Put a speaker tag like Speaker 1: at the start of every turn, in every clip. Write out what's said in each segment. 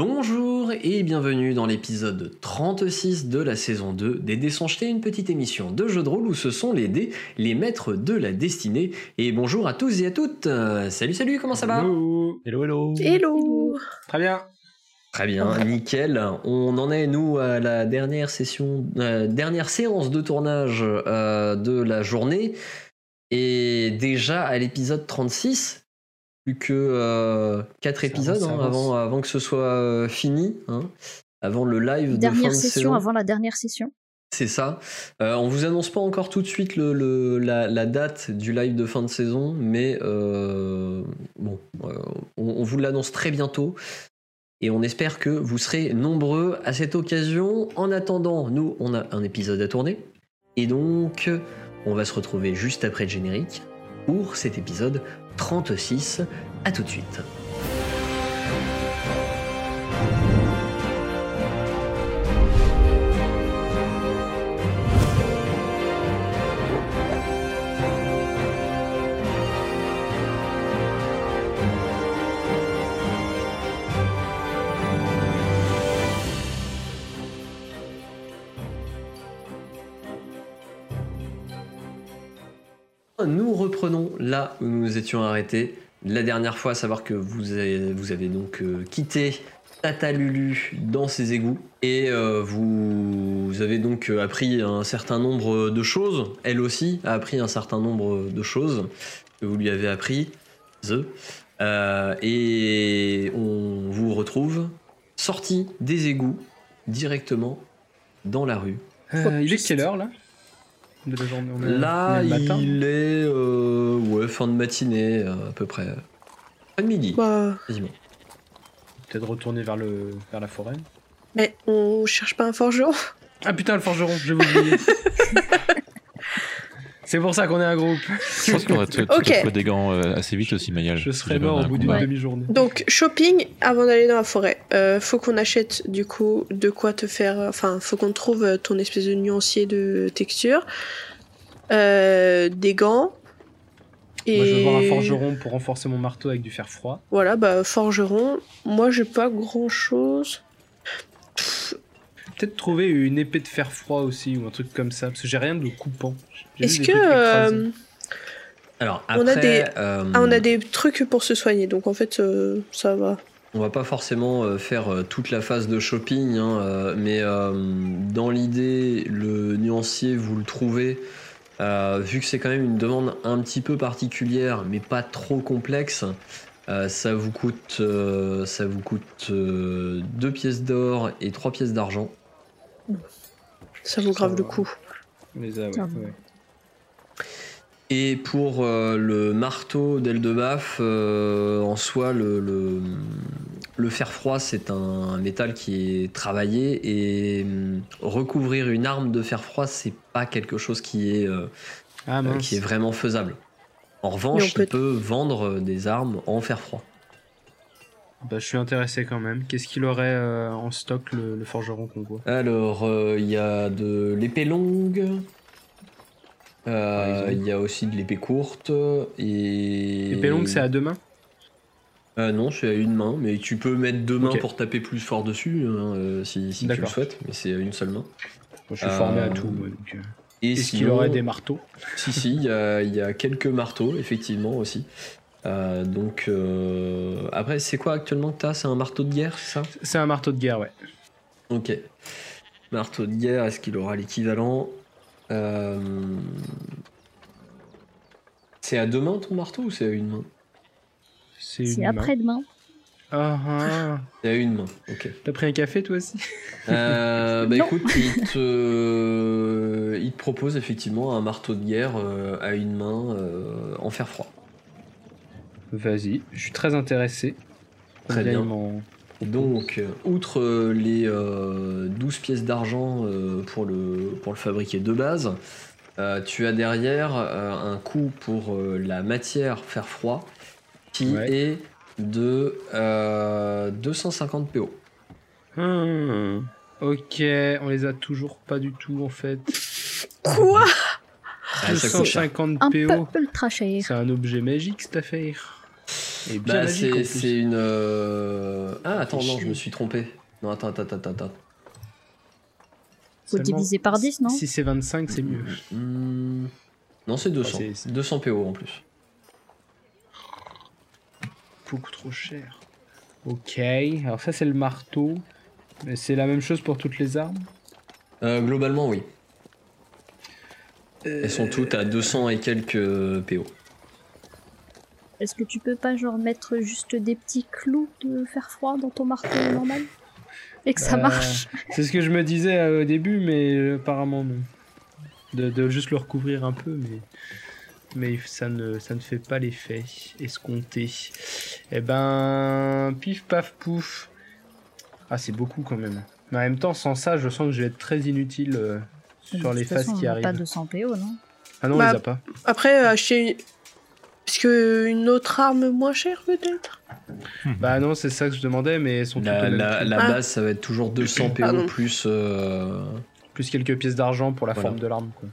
Speaker 1: Bonjour et bienvenue dans l'épisode 36 de la saison 2 des Dés sont jetés, une petite émission de jeu de rôle où ce sont les dés, les maîtres de la destinée. Et bonjour à tous et à toutes. Euh, salut, salut, comment ça va
Speaker 2: Hello, hello. hello.
Speaker 3: Hello
Speaker 2: Très bien.
Speaker 1: Très bien, nickel. On en est nous à la dernière session, euh, dernière séance de tournage euh, de la journée et déjà à l'épisode 36 plus que euh, quatre
Speaker 2: Ça
Speaker 1: épisodes
Speaker 2: avance, ça
Speaker 1: hein,
Speaker 2: avance.
Speaker 1: avant, avant que ce soit euh, fini, hein, avant le live de fin
Speaker 3: Dernière
Speaker 1: de
Speaker 3: session
Speaker 1: saison.
Speaker 3: avant la dernière session.
Speaker 1: C'est ça. Euh, on vous annonce pas encore tout de suite le, le- la, la date du live de fin de saison, mais euh, bon, euh, on, on vous l'annonce très bientôt. Et on espère que vous serez nombreux à cette occasion. En attendant, nous, on a un épisode à tourner. Et donc, on va se retrouver juste après le générique pour cet épisode 36. À tout de suite. Nous reprenons là où nous étions arrêtés la dernière fois, à savoir que vous avez, vous avez donc euh, quitté Tata Lulu dans ses égouts et euh, vous, vous avez donc euh, appris un certain nombre de choses. Elle aussi a appris un certain nombre de choses que vous lui avez appris. The. Euh, et on vous retrouve sorti des égouts directement dans la rue.
Speaker 4: Oh,
Speaker 2: Euh, il est quelle heure là de la journée On est-
Speaker 1: Là,
Speaker 2: on est le matin.
Speaker 1: il est euh, ouais, fin de matinée, euh, à peu près. Fin de midi,
Speaker 4: Bah,
Speaker 1: quasiment.
Speaker 2: Peut-être retourner vers, le... vers la forêt.
Speaker 4: mais on cherche pas un forgeron
Speaker 2: Ah putain, le forgeron, je vais vous oublier. C'est pour ça qu'on est un groupe.
Speaker 5: Je pense qu'on va tout, tout
Speaker 4: Ok.
Speaker 5: trouver des gants euh, assez vite aussi, Mayal.
Speaker 2: Je serai
Speaker 5: J'avais
Speaker 2: mort
Speaker 5: un
Speaker 2: au bout d'une
Speaker 5: combat.
Speaker 2: demi-journée.
Speaker 4: Donc, shopping avant d'aller dans la forêt. Euh, faut qu'on achète du coup de quoi te faire. Enfin, faut qu'on trouve euh, ton espèce de nuancier de texture, euh, des gants. Et
Speaker 2: Moi, je vais voir un forgeron pour renforcer mon marteau avec du fer froid.
Speaker 4: Voilà, bah, forgeron. Moi, j'ai pas grand chose.
Speaker 2: Peut-être trouver une épée de fer froid aussi ou un truc comme ça, parce que j'ai rien de coupant. J'ai vu
Speaker 4: Est-ce
Speaker 2: des
Speaker 4: que.
Speaker 2: trucs écrasés.
Speaker 4: euh,
Speaker 1: Alors, après,
Speaker 4: On a des-
Speaker 1: euh,
Speaker 4: ah, on a des trucs pour se soigner, donc en fait, euh, ça va.
Speaker 1: on va pas forcément euh, faire euh, toute la phase de shopping, hein, euh, mais euh, dans l'idée, le nuancier, vous le trouvez, euh, vu que c'est quand même une demande un petit peu particulière, mais pas trop complexe. euh, ça vous coûte, euh, ça vous coûte euh, deux pièces d'or et trois pièces d'argent.
Speaker 4: Ça vaut grave
Speaker 2: Ça
Speaker 4: le
Speaker 2: va.
Speaker 4: coup.
Speaker 2: On les a, euh, ouais,
Speaker 3: Putain.
Speaker 2: ouais.
Speaker 1: Et pour euh, le marteau d'Eldebaf, euh, en soi, le, le, le fer froid, c'est un métal qui est travaillé et hum, recouvrir une arme de fer froid, c'est pas quelque chose qui est, euh,
Speaker 2: Ah
Speaker 1: euh,
Speaker 2: mince.
Speaker 1: qui est vraiment faisable. En revanche,
Speaker 4: peut-
Speaker 1: il peut vendre des armes en fer froid.
Speaker 2: Bah, je suis intéressé quand même. Qu'est-ce qu'il aurait euh, en stock le, le forgeron qu'on voit
Speaker 1: Alors, euh, il y a de l'épée longue. euh,
Speaker 2: Par exemple.
Speaker 1: Il y a aussi de l'épée courte et.
Speaker 2: Épée longue, c'est à deux mains
Speaker 1: Euh, non, c'est à une main, mais tu peux mettre deux mains
Speaker 2: Ok.
Speaker 1: pour taper plus fort dessus hein, euh, si, si tu le
Speaker 2: D'accord.
Speaker 1: souhaites, mais c'est à une seule main.
Speaker 2: Moi, Je suis
Speaker 1: Euh,
Speaker 2: formé à tout. ouais, donc, euh,
Speaker 1: Et
Speaker 2: Est-ce qu'il
Speaker 1: sinon-
Speaker 2: aurait des marteaux
Speaker 1: Si, si, il y, a- il y a quelques marteaux, effectivement aussi. Euh, donc, euh, après, c'est quoi actuellement que t'as C'est un marteau de guerre, c'est ça
Speaker 2: C'est un marteau de guerre, ouais.
Speaker 1: Ok. Marteau de guerre, est-ce qu'il aura l'équivalent Euh, C'est à deux mains ton marteau ou c'est à une main
Speaker 2: C'est une
Speaker 3: C'est
Speaker 2: main.
Speaker 3: après-demain.
Speaker 2: Ah, ah.
Speaker 1: C'est à une main, ok.
Speaker 2: T'as pris un café toi aussi
Speaker 1: Euh, bah
Speaker 3: Non.
Speaker 1: écoute, il te, il te propose effectivement un marteau de guerre euh, à une main euh, en fer froid.
Speaker 2: Vas-y, je suis très intéressé.
Speaker 1: Très
Speaker 2: Là, il
Speaker 1: bien.
Speaker 2: m'en-
Speaker 1: Donc, euh, outre euh, les euh, 12 pièces d'argent euh, pour, le, pour le fabriquer de base, euh, tu as derrière euh, un coût pour euh, la matière fer froid qui
Speaker 2: Ouais.
Speaker 1: est de euh, 250 PO.
Speaker 2: Hmm. Ok, on les a toujours pas du tout en fait.
Speaker 4: Quoi
Speaker 1: Ah, ça coûte cher.
Speaker 2: 250
Speaker 3: Un peu
Speaker 2: PO.
Speaker 3: ultra cher.
Speaker 2: Eh C'est un objet magique cette affaire. Et bien
Speaker 1: Bah,
Speaker 2: magique, en
Speaker 1: c'est
Speaker 2: plus.
Speaker 1: c'est une. euh, Ah, attends, non, je me
Speaker 2: Chier.
Speaker 1: suis trompé. Non, attends, attends, attends, attends.
Speaker 3: Faut
Speaker 2: Seulement,
Speaker 3: diviser par 10, non
Speaker 2: Si c'est 25, c'est mieux.
Speaker 1: Hmm, Non, c'est 200.
Speaker 2: Ah, c'est- c'est-
Speaker 1: 200 PO en plus.
Speaker 2: Beaucoup trop cher. Ok, alors ça c'est le marteau. Mais c'est la même chose pour toutes les armes
Speaker 1: Euh, globalement, oui. Elles sont toutes à 200 et quelques euh, PO.
Speaker 3: Est-ce que tu peux pas, genre, mettre juste des petits clous de fer froid dans ton marteau normal Et que ça
Speaker 2: Euh,
Speaker 3: marche
Speaker 2: C'est ce que je me disais euh, au début, mais euh, apparemment non. De, de juste le recouvrir un peu, mais, mais ça, ne, ça ne fait pas l'effet escompté. Eh ben, pif paf pouf. Ah, c'est beaucoup quand même. Mais en même temps, sans ça, je sens que je vais être très inutile euh, sur les phases qui
Speaker 3: Pas
Speaker 2: arrivent.
Speaker 3: 200 PO, non
Speaker 2: Ah non, on
Speaker 4: Bah,
Speaker 2: les a pas.
Speaker 4: Après, euh, acheter une... Parce que une autre arme moins chère, peut-être
Speaker 2: Bah non, c'est ça que je demandais, mais elles sont toutes
Speaker 1: Hmm. La,
Speaker 2: au même
Speaker 1: la-
Speaker 2: prix.
Speaker 1: la
Speaker 4: Ah.
Speaker 1: base, ça va être toujours 200 PO
Speaker 4: Pardon.
Speaker 1: plus. euh,
Speaker 2: Plus quelques pièces d'argent pour la
Speaker 1: Voilà.
Speaker 2: forme de l'arme. quoi.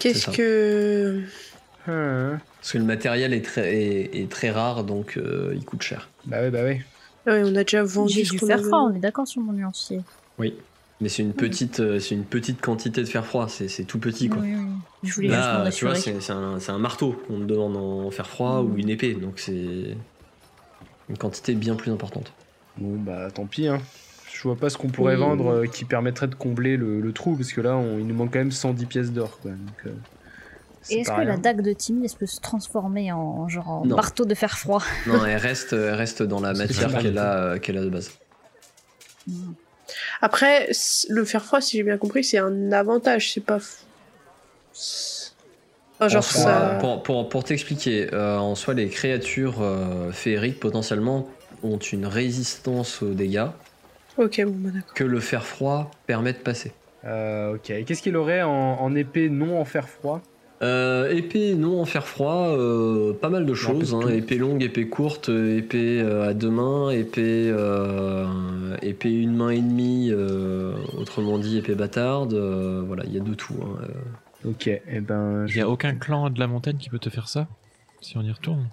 Speaker 4: Qu'est-ce
Speaker 1: ça.
Speaker 4: que.
Speaker 2: Hein.
Speaker 1: Parce que le matériel est très, est, est très rare, donc euh, il coûte cher.
Speaker 2: Bah ouais, bah ouais.
Speaker 4: Ouais, on a déjà
Speaker 3: J'ai
Speaker 4: vendu ce
Speaker 3: du
Speaker 4: qu'on
Speaker 3: fer
Speaker 4: avait.
Speaker 3: froid, on est d'accord sur mon nuancier.
Speaker 1: Oui. Mais c'est une
Speaker 3: Mm.
Speaker 1: petite, euh, c'est une petite quantité de fer froid. C'est c'est tout petit, quoi.
Speaker 3: Oui, oui, oui. Je voulais juste m'en
Speaker 1: Là, Bah, tu vois,
Speaker 3: assurer.
Speaker 1: c'est c'est un, c'est un marteau qu'on te demande en fer froid
Speaker 3: Mm.
Speaker 1: ou une épée, donc c'est une quantité bien plus importante.
Speaker 2: Bon bah tant pis hein. Je vois pas ce qu'on pourrait
Speaker 3: Oui.
Speaker 2: vendre euh, qui permettrait de combler le, le trou parce que là on- il nous manque quand même 110 pièces d'or quoi. Donc, euh, c'est
Speaker 3: Et est-ce
Speaker 2: pas
Speaker 3: que la
Speaker 2: rien.
Speaker 3: dague de Timmy, elle se peut se transformer en, en genre en
Speaker 1: Non.
Speaker 3: marteau de fer froid
Speaker 1: Non, elle reste, elle reste dans la
Speaker 2: C'est
Speaker 1: matière
Speaker 2: pas
Speaker 1: qu'elle a, euh, qu'elle a de base.
Speaker 4: Après, c- le fer froid, si j'ai bien compris, c'est un avantage, c'est pas. f- Enfin, genre
Speaker 1: En soi,
Speaker 4: ça.
Speaker 1: Pour, pour- pour t'expliquer, euh, en soi, les créatures euh, féeriques potentiellement ont une résistance aux dégâts euh,
Speaker 4: Ok, bon, bah, d'accord.
Speaker 1: que le fer froid permet de passer.
Speaker 2: Euh, ok. Et Qu'est-ce qu'il aurait en, en épée non en fer froid
Speaker 1: Euh, épée non en fer froid, euh, pas mal de choses.
Speaker 2: peu de
Speaker 1: hein.
Speaker 2: tout.
Speaker 1: épée longue, épée courte, euh, épée euh, à deux mains, épée, euh, épée une main et demie, euh, autrement dit épée bâtarde. euh, voilà, il y a de tout. hein. Euh,
Speaker 2: Ok. Et ben
Speaker 5: Il
Speaker 2: je-
Speaker 5: n'y a aucun clan de la montagne qui peut te faire ça si on y retourne.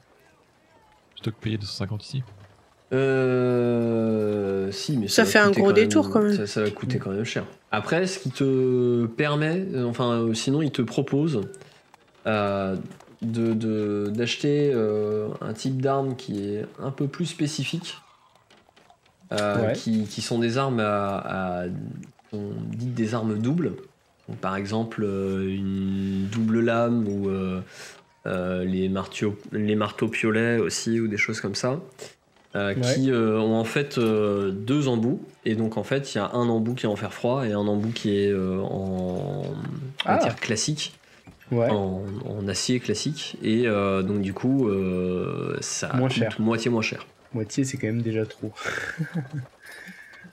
Speaker 5: Plutôt que payer 250 ici.
Speaker 1: Euh, si, mais ça,
Speaker 4: Ça
Speaker 1: va
Speaker 4: fait un
Speaker 1: coûter
Speaker 4: gros
Speaker 1: quand même-
Speaker 4: détour, quand même.
Speaker 1: Ça, ça va coûter quand même cher. Après, ce qui te permet, euh, enfin, euh, sinon, il te propose euh, de- de- d'acheter euh, un type d'arme qui est un peu plus spécifique, euh,
Speaker 2: Ouais.
Speaker 1: qui, qui sont des armes à, à- on dit des armes doubles. Donc, par exemple, euh, une double lame ou euh, euh, les, martio- les marteaux piolets aussi ou des choses comme ça, euh,
Speaker 2: Ouais.
Speaker 1: qui euh, ont en fait euh, deux embouts. Et donc en fait, il y a un embout qui est en fer froid et un embout qui est euh, en, en
Speaker 2: Ah.
Speaker 1: tir classique,
Speaker 2: ouais.
Speaker 1: en, en acier classique. Et euh, donc du coup, euh, ça
Speaker 2: Moins
Speaker 1: coûte
Speaker 2: cher.
Speaker 1: moitié moins cher.
Speaker 2: Moitié c'est quand même déjà trop.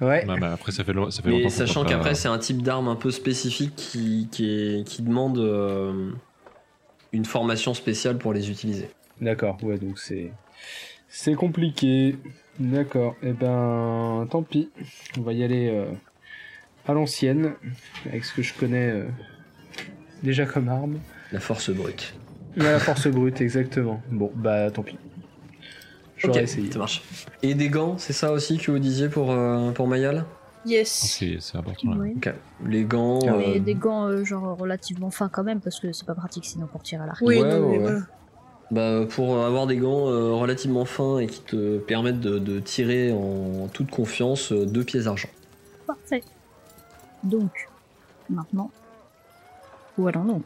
Speaker 2: ouais.
Speaker 5: Ouais, bah, après, ça fait, lo- ça fait longtemps
Speaker 1: Mais
Speaker 5: qu'on
Speaker 1: sachant
Speaker 5: prend pas-
Speaker 1: qu'après, c'est un type d'arme un peu spécifique qui, qui, est- qui demande euh, une formation spéciale pour les utiliser.
Speaker 2: D'accord. Ouais donc c'est c'est compliqué. D'accord. Et ben tant pis. On va y aller euh, à l'ancienne avec ce que je connais euh, déjà comme arme.
Speaker 1: La force brute.
Speaker 2: Ouais, la force brute, exactement. Bon, bah tant pis. J'aurais
Speaker 1: Ok,
Speaker 2: essayé.
Speaker 1: ça marche. Et des gants, c'est ça aussi que vous disiez pour, euh, pour Mayal
Speaker 5: Ah,
Speaker 4: Yes.
Speaker 5: C'est c'est important là.
Speaker 3: Oui.
Speaker 1: Ok. Les gants.
Speaker 2: Ah
Speaker 3: Mais
Speaker 1: euh,
Speaker 3: des gants euh, genre relativement fins quand même parce que c'est pas pratique sinon pour tirer à l'arc.
Speaker 4: Oui,
Speaker 1: Ouais,
Speaker 4: non, mais
Speaker 1: ouais, ouais.
Speaker 4: voilà.
Speaker 1: bah, pour avoir des gants euh, relativement fins et qui te permettent de, de tirer en toute confiance euh, deux pièces d'argent.
Speaker 3: Parfait. Donc, maintenant, où allons-nous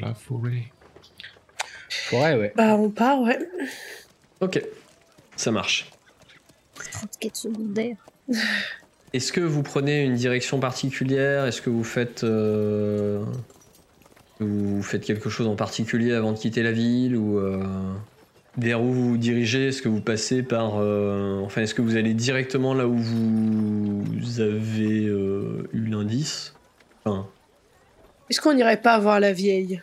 Speaker 5: La forêt.
Speaker 2: Forêt, ouais.
Speaker 4: Bah, on part, ouais.
Speaker 1: Ok, ça marche.
Speaker 3: 30 quêtes secondaires.
Speaker 1: Est-ce que vous prenez une direction particulière Est-ce que vous faites. euh, Vous faites quelque chose en particulier avant de quitter la ville ou euh, vers où vous vous dirigez Est-ce que vous passez par euh, enfin est-ce que vous allez directement là où vous avez euh, eu l'indice Enfin,
Speaker 4: Est-ce qu'on n'irait pas voir la vieille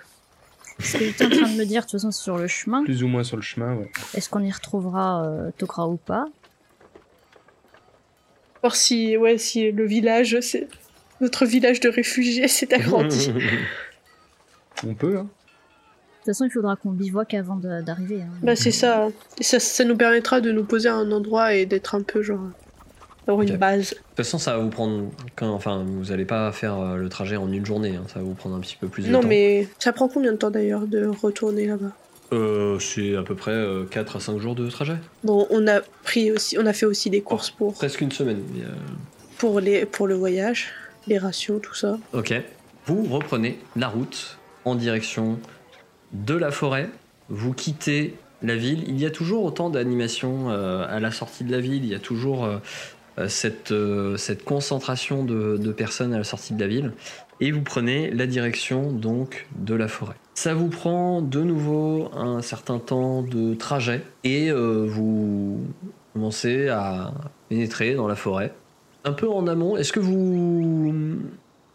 Speaker 3: Parce que j'étais en train de me dire, de toute façon, c'est sur le chemin,
Speaker 2: Plus ou moins sur le chemin, ouais.
Speaker 3: est-ce qu'on y retrouvera euh, Tokra ou pas
Speaker 4: Voir si, ouais, si le village, c'est. Notre village de réfugiés s'est agrandi.
Speaker 2: On peut, hein.
Speaker 3: toute façon, il faudra qu'on bivouac avant de- d'arriver. hein.
Speaker 4: Bah c'est ça. Et ça. Ça nous permettra de nous poser à un endroit et d'être un peu genre... Avoir une
Speaker 1: Ok.
Speaker 4: base.
Speaker 1: toute façon, ça va vous prendre. Quand, enfin, vous allez pas faire euh, le trajet en une journée. hein, ça va vous prendre un petit peu plus de
Speaker 4: Non
Speaker 1: temps.
Speaker 4: mais ça prend combien de temps d'ailleurs de retourner là-bas
Speaker 1: Euh, c'est à peu près 4 à 5 jours de trajet.
Speaker 4: Bon, on a pris aussi, on a fait aussi des courses pour,
Speaker 1: Presque une semaine. mais, euh,
Speaker 4: pour, les, pour le voyage, les rations, tout ça.
Speaker 1: Ok. Vous reprenez la route en direction de la forêt. Vous quittez la ville. Il y a toujours autant d'animations euh, à la sortie de la ville. Il y a toujours euh, euh, cette, euh, cette concentration de, de personnes à la sortie de la ville. Et vous prenez la direction donc de la forêt. Ça vous prend de nouveau un certain temps de trajet et euh, vous commencez à pénétrer dans la forêt. Un peu en amont, est-ce que vous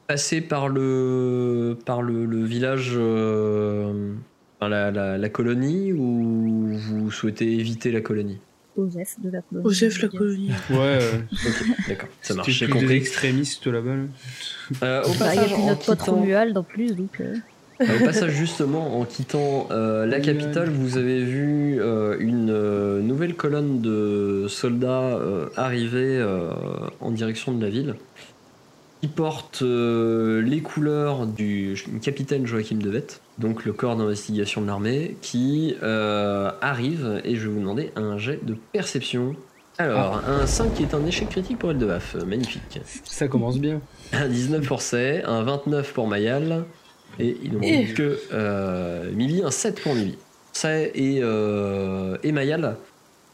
Speaker 1: passer par le par le, le village, euh, par la, la- la colonie ou vous souhaitez éviter la colonie
Speaker 3: Osef de la colonie.
Speaker 4: Osef la colonie.
Speaker 2: Ouais, euh,
Speaker 1: D'accord, ça
Speaker 2: c'était
Speaker 1: marche, j'ai
Speaker 2: plus des
Speaker 1: compris.
Speaker 2: extrémistes là-bas. là.
Speaker 1: Euh, au,
Speaker 3: Bah, il n'y a
Speaker 1: passage,
Speaker 3: plus
Speaker 1: en
Speaker 3: notre pote
Speaker 1: quittant,
Speaker 3: Romuald en plus, donc. euh,
Speaker 1: euh, au passage, justement, en quittant euh, la capitale, vous avez vu euh, une euh, nouvelle colonne de soldats euh, arriver euh, en direction de la ville, qui porte euh, les couleurs du capitaine Joachim Devette, donc le corps d'investigation de l'armée, qui euh, arrive, et je vais vous demander un jet de perception. Alors, un 5 qui est un échec critique pour Eldebaf, magnifique.
Speaker 2: Ça commence bien.
Speaker 1: Un 19 pour Say, un 29 pour Mayal, et il ne manque
Speaker 4: Eh.
Speaker 1: que euh, Milly, un 7 pour Milly. Say et, euh, et Mayal,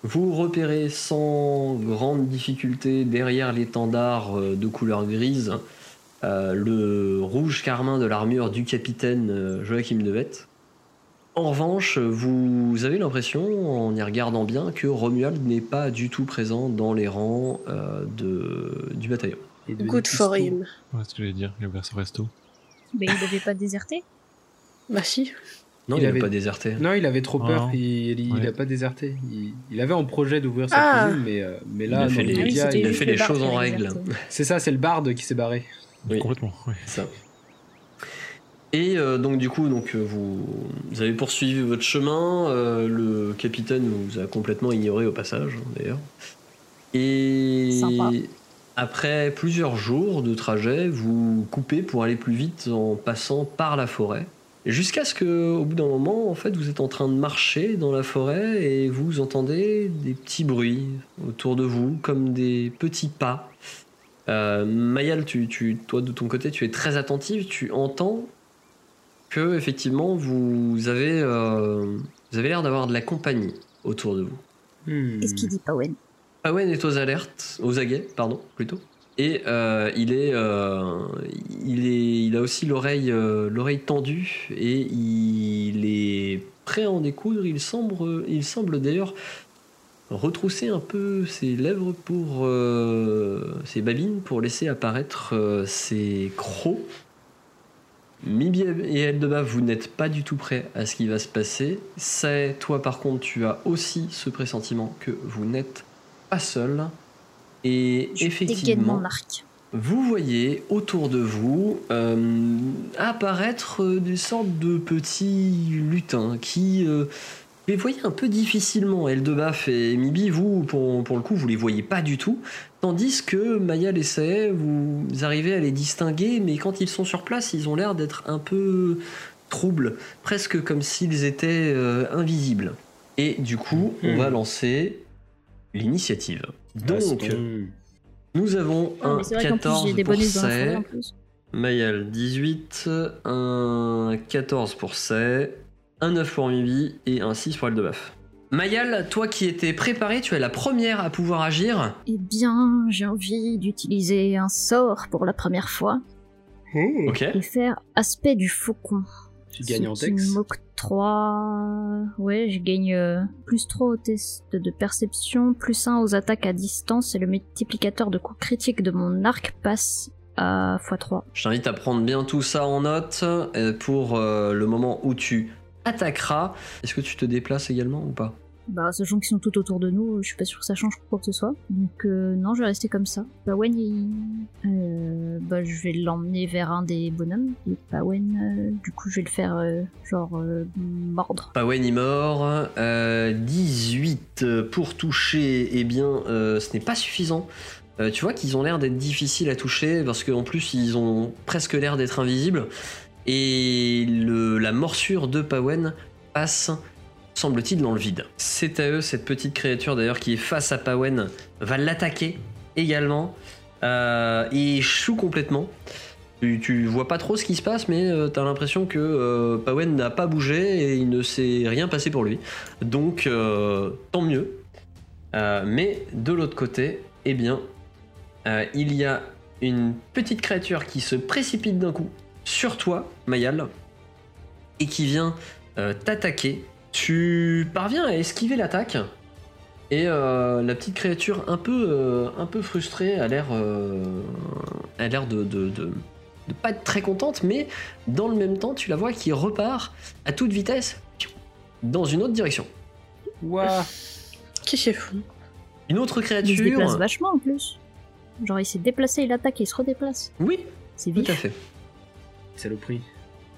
Speaker 1: vous repérez sans grande difficulté derrière l'étendard euh, de couleur grise euh, le rouge carmin de l'armure du capitaine euh, Joachim Devette. En revanche, vous avez l'impression, en y regardant bien, que Romuald n'est pas du tout présent dans les rangs euh, de, du bataillon.
Speaker 2: Et de-
Speaker 4: Good for
Speaker 2: des
Speaker 4: him.
Speaker 5: Ouais, ce que j'allais dire, il a ouvert son resto.
Speaker 3: Mais il devait pas déserter.
Speaker 4: Bah si.
Speaker 1: Non, il
Speaker 2: Il
Speaker 1: n'est
Speaker 2: avait-
Speaker 1: pas déserté.
Speaker 2: Non, il avait trop
Speaker 5: Ah.
Speaker 2: peur, il, il,
Speaker 5: Ouais.
Speaker 2: a pas déserté. Il, il avait en projet d'ouvrir sa
Speaker 4: Ah.
Speaker 2: cuisine, mais, euh, mais
Speaker 1: Il
Speaker 2: là,
Speaker 1: a fait
Speaker 2: dans
Speaker 1: les-
Speaker 2: les
Speaker 1: Ah oui,
Speaker 2: médias,
Speaker 1: c'était
Speaker 2: il-
Speaker 1: a juste fait les
Speaker 3: le bar
Speaker 1: choses
Speaker 3: qui
Speaker 1: en
Speaker 3: avait
Speaker 1: règle.
Speaker 3: déserté.
Speaker 2: c'est ça, c'est le barde qui s'est barré.
Speaker 1: Oui.
Speaker 5: Complètement, oui.
Speaker 1: Ça. Et euh, donc du coup, donc euh, vous, vous avez poursuivi votre chemin. euh, le capitaine vous a complètement ignoré au passage, hein, d'ailleurs. Et
Speaker 3: Sympa.
Speaker 1: après plusieurs jours de trajet, vous coupez pour aller plus vite en passant par la forêt. Jusqu'à ce que, au bout d'un moment, en fait, vous êtes en train de marcher dans la forêt et vous entendez des petits bruits autour de vous, comme des petits pas. Euh, Mayal, tu, tu- toi de ton côté, tu es très attentive. Tu entends que effectivement vous avez, euh, vous avez l'air d'avoir de la compagnie autour de vous. Ah
Speaker 2: Hmm.
Speaker 3: Qu'est-ce qu'il dit, Pawen
Speaker 1: Pawen est aux alertes, aux aguets, pardon, plutôt. Et euh, il est, euh, il est, il a aussi l'oreille, euh, l'oreille tendue et il est prêt à en découdre. Il semble, il semble d'ailleurs retrousser un peu ses lèvres pour euh, ses babines pour laisser apparaître euh, ses crocs. Mibi et Eldeba, vous n'êtes pas du tout prêts à ce qui va se passer. C'est toi par contre, tu as aussi ce pressentiment que vous n'êtes pas seul. Et
Speaker 3: Dégainement,
Speaker 1: effectivement,
Speaker 3: Marc.
Speaker 1: vous voyez autour de vous euh, apparaître euh, des sortes de petits lutins qui. euh, vous les voyez un peu difficilement, Eldebaf et Mibi, vous, pour, pour le coup, vous les voyez pas du tout, tandis que Maya et Sae, vous arrivez à les distinguer, mais quand ils sont sur place, ils ont l'air d'être un peu troubles, presque comme s'ils étaient euh, invisibles. Et du coup, on
Speaker 2: Mhm.
Speaker 1: va lancer l'initiative. Donc,
Speaker 2: Baston.
Speaker 1: nous avons
Speaker 3: Ah,
Speaker 1: un
Speaker 3: mais c'est vrai qu'en plus,
Speaker 1: 14
Speaker 3: j'ai des hein.
Speaker 1: pour
Speaker 3: bonus dans la
Speaker 1: Say,
Speaker 3: forêt, en plus.
Speaker 1: Mayal 18, un 14 pour Say, un 9 pour Mibi et un 6 pour Eldebaf. Mayal, toi qui étais préparé, tu es la première à pouvoir agir.
Speaker 3: Eh bien, j'ai envie d'utiliser un sort pour la première fois
Speaker 1: Ok.
Speaker 3: et faire aspect du faucon.
Speaker 2: tu gagnes en
Speaker 3: Ce qui me
Speaker 2: texte.
Speaker 3: moque 3. Ouais, je gagne euh, plus 3 au test de perception, plus 1 aux attaques à distance et le multiplicateur de coups critiques de mon arc passe à x3.
Speaker 1: Je t'invite à prendre bien tout ça en note euh, pour euh, le moment où tu attaqueras. Est-ce que tu te déplaces également ou pas
Speaker 3: Bah, sachant qu'ils sont tout autour de nous, je suis pas sûre que ça change quoi que ce soit. Donc, euh, non, je vais rester comme ça. Pawen, il- euh, bah, je vais l'emmener vers un des bonhommes. Et Pawen, euh, du coup, je vais le faire, euh, genre, euh, mordre.
Speaker 1: Pawen est mort. Euh, 18 euh, pour toucher, eh bien, euh, ce n'est pas suffisant. Euh, tu vois qu'ils ont l'air d'être difficiles à toucher parce qu'en plus, ils ont presque l'air d'être invisibles. Et le- la morsure de Pawen passe, semble-t-il, dans le vide. C'est à eux, cette petite créature d'ailleurs qui est face à Pawen va l'attaquer également. Euh, et échoue complètement. Tu, tu vois pas trop ce qui se passe, mais euh, t'as l'impression que euh, Pawen n'a pas bougé et il ne s'est rien passé pour lui. Donc, euh, tant mieux. Euh, mais de l'autre côté, eh bien, euh, il y a une petite créature qui se précipite d'un coup sur toi, Mayal, et qui vient euh, t'attaquer. Tu parviens à esquiver l'attaque. Et euh, la petite créature, un peu, euh, un peu frustrée, a l'air, euh, a l'air de- de- de, de pas être très contente, mais dans le même temps, tu la vois qui repart à toute vitesse dans une autre direction.
Speaker 2: Ouah.
Speaker 4: Qui c'est fou
Speaker 1: Une autre
Speaker 3: Il se déplace
Speaker 1: créature.
Speaker 3: vachement en plus. Genre, il s'est déplacé, il attaque et il se redéplace.
Speaker 1: Oui,
Speaker 3: C'est
Speaker 1: tout
Speaker 3: vite.
Speaker 1: à fait.
Speaker 2: Saloperie.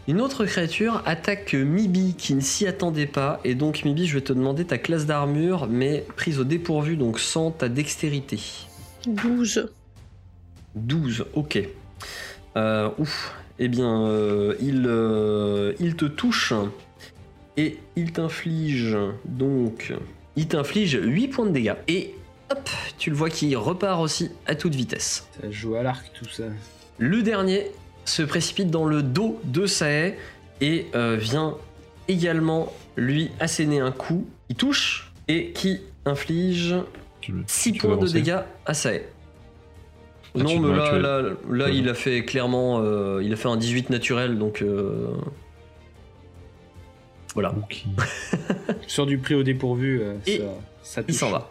Speaker 1: Une autre créature attaque Mibi qui ne s'y attendait pas. Et donc, Mibi, je vais te demander ta classe d'armure, mais prise au dépourvu, donc sans ta dextérité.
Speaker 4: 12.
Speaker 1: 12, ok. Euh, ouf. Eh bien, euh, il, euh, il te touche et il t'inflige donc. Il t'inflige 8 points de dégâts. Et hop, tu le vois qui repart aussi à toute vitesse.
Speaker 2: Ça joue à l'arc tout ça.
Speaker 1: Le dernier se précipite dans le dos de Sae et euh, vient également lui asséner un coup. Il touche et qui inflige
Speaker 5: Tu le-
Speaker 1: 6
Speaker 5: tu peux
Speaker 1: points de
Speaker 5: avancer.
Speaker 1: dégâts à Sae.
Speaker 5: Ah,
Speaker 1: non,
Speaker 5: tu
Speaker 1: mais
Speaker 5: dois-
Speaker 1: là,
Speaker 5: tu-
Speaker 1: là, là,
Speaker 5: vas-
Speaker 1: il a fait clairement. euh, il a fait un 18 naturel, donc. euh, Voilà.
Speaker 5: Ok.
Speaker 2: Sur du prix au dépourvu, euh,
Speaker 1: Et
Speaker 2: ça, ça
Speaker 1: Il
Speaker 2: touche.
Speaker 1: s'en va.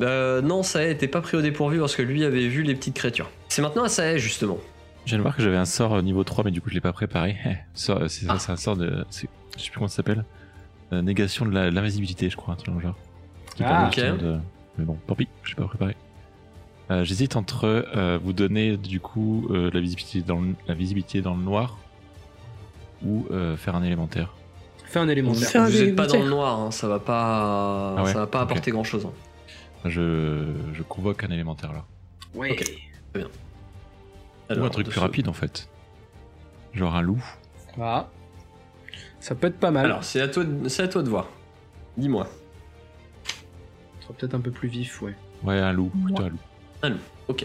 Speaker 1: Euh, non, Sae était pas pris au dépourvu parce que lui avait vu les petites créatures. C'est maintenant à Sae, justement.
Speaker 5: Je viens de voir que j'avais un sort euh, niveau 3, mais du coup, je l'ai pas préparé. Sort, euh, c'est ça,
Speaker 1: Ah.
Speaker 5: c'est un sort de. c'est- Je sais plus comment ça s'appelle. Euh, négation de la- l'invisibilité, je crois, un truc dans le genre. Qui
Speaker 2: Ah.
Speaker 5: permet
Speaker 1: Ok.
Speaker 5: justement de- Mais bon, tant pis, je l'ai pas préparé. Euh, J'hésite entre euh, vous donner du coup euh, la, visibilité dans le, la visibilité dans le noir ou euh, faire un élémentaire.
Speaker 2: Fais un
Speaker 1: Vous
Speaker 2: élémentaire.
Speaker 4: Faire un
Speaker 1: n'êtes pas dans
Speaker 4: hélicoptère.
Speaker 1: le noir, hein, ça va pas,
Speaker 5: Ah ouais,
Speaker 1: ça va pas
Speaker 5: ok.
Speaker 1: apporter hein. grand chose.
Speaker 5: Je, je convoque un élémentaire là.
Speaker 2: Ouais.
Speaker 1: Ok.
Speaker 5: ou un truc plus rapide en fait. Genre un loup.
Speaker 2: Ah. Ça peut être pas mal.
Speaker 1: Alors, c'est à, toi de- c'est à toi de voir. Dis-moi.
Speaker 2: Ça sera peut-être un peu plus vif, ouais.
Speaker 5: Ouais, un loup, plutôt un loup.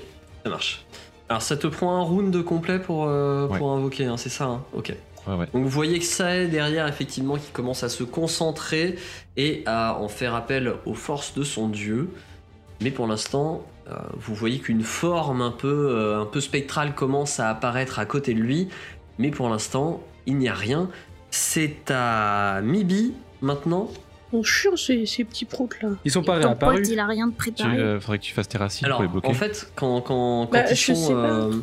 Speaker 1: Ça marche. Alors ça te prend un round de complet pour, euh, pour invoquer, hein, c'est ça hein Ok.
Speaker 5: Ouais, ouais.
Speaker 1: Donc vous voyez que ça est derrière, effectivement, qui commence à se concentrer et à en faire appel aux forces de son dieu. Mais pour l'instant, euh, vous voyez qu'une forme un peu, euh, un peu spectrale commence à apparaître à côté de lui. Mais pour l'instant, il n'y a rien. C'est à Mibi maintenant.
Speaker 4: On chiant ces, ces petits proutes là.
Speaker 2: Ils sont pas
Speaker 3: Ton
Speaker 2: réapparus.
Speaker 3: pote, il a rien de
Speaker 5: Tu,
Speaker 3: préparé.
Speaker 5: euh, faudrait que tu fasses tes racines
Speaker 1: Alors,
Speaker 5: pour les bloquer.
Speaker 1: en fait, quand, quand, quand
Speaker 4: Bah,
Speaker 1: ils
Speaker 4: je
Speaker 1: sont,
Speaker 4: sais pas.
Speaker 1: euh,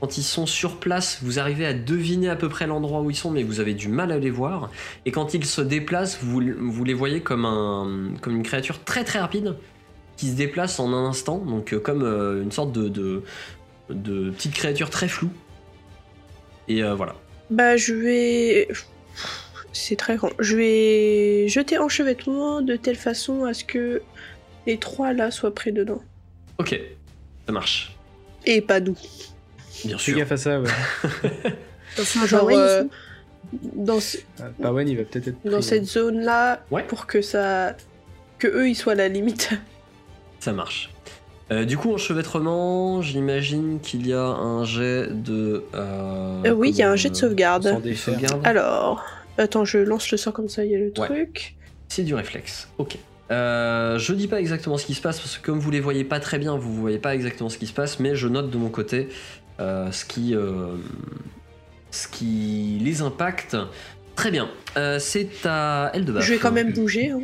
Speaker 1: quand ils sont sur place, vous arrivez à deviner à peu près l'endroit où ils sont, mais vous avez du mal à les voir. Et quand ils se déplacent, vous, vous les voyez comme, un, comme une créature très très rapide qui se déplace en un instant, donc euh, comme euh, une sorte de, de, de petite créature très floue. Et euh, voilà.
Speaker 4: Bah, je vais. C'est très grand. Je vais jeter enchevêtrement de telle façon à ce que les trois là soient pris dedans.
Speaker 1: Ok, ça marche.
Speaker 4: Et pas nous.
Speaker 1: Bien
Speaker 2: Fais
Speaker 1: sûr.
Speaker 2: gaffe à ça, ouais.
Speaker 3: Attention à
Speaker 4: Genre,
Speaker 3: Pawen,
Speaker 4: euh,
Speaker 3: ici.
Speaker 4: dans, ce-
Speaker 2: Ah, Pawen, il va peut-être être.
Speaker 4: dans
Speaker 2: pris, euh,
Speaker 4: cette zone là,
Speaker 1: Ouais.
Speaker 4: pour que ça. que eux ils soient à la limite.
Speaker 1: Ça marche. Euh, du coup, enchevêtrement, j'imagine qu'il y a un jet de. euh,
Speaker 4: Euh, oui, il y a
Speaker 1: comment,
Speaker 4: un jet de
Speaker 1: euh,
Speaker 2: hein.
Speaker 4: sauvegarde.
Speaker 2: Sans défaire.
Speaker 1: Sauvegarde.
Speaker 4: Alors, attends, je lance le sort comme ça, il y a le truc.
Speaker 1: C'est du réflexe. Ok. Euh, je dis pas exactement ce qui se passe parce que comme vous les voyez pas très bien, vous voyez pas exactement ce qui se passe, mais je note de mon côté euh, ce qui euh, ce qui les impacte. Très bien. Euh, c'est à Eldebaf.
Speaker 4: je vais quand même bouger. hein,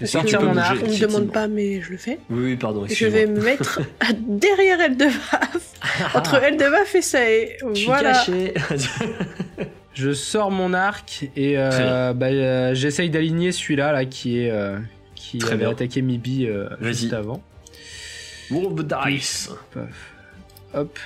Speaker 1: Oui,
Speaker 2: vais
Speaker 4: parce
Speaker 1: tu
Speaker 2: sortir
Speaker 1: peux
Speaker 4: que
Speaker 2: mon
Speaker 1: bouger.
Speaker 2: arc.
Speaker 4: on me
Speaker 1: effectivement.
Speaker 4: demande pas, mais je le fais.
Speaker 1: Oui, oui, pardon.
Speaker 4: Je vais
Speaker 1: excuse-moi.
Speaker 4: me mettre à- derrière Eldebaf, entre Eldebaf et Sae.
Speaker 1: Je suis
Speaker 4: Voilà.
Speaker 1: caché.
Speaker 2: Je sors mon arc et euh,
Speaker 1: Très
Speaker 2: bah, euh, j'essaye d'aligner celui-là là qui est euh, qui qui
Speaker 1: Très
Speaker 2: avait
Speaker 1: bien.
Speaker 2: attaqué Mibi euh,
Speaker 1: Vas-y.
Speaker 2: juste avant.
Speaker 1: Wolf Dice.
Speaker 2: Paf. Hop.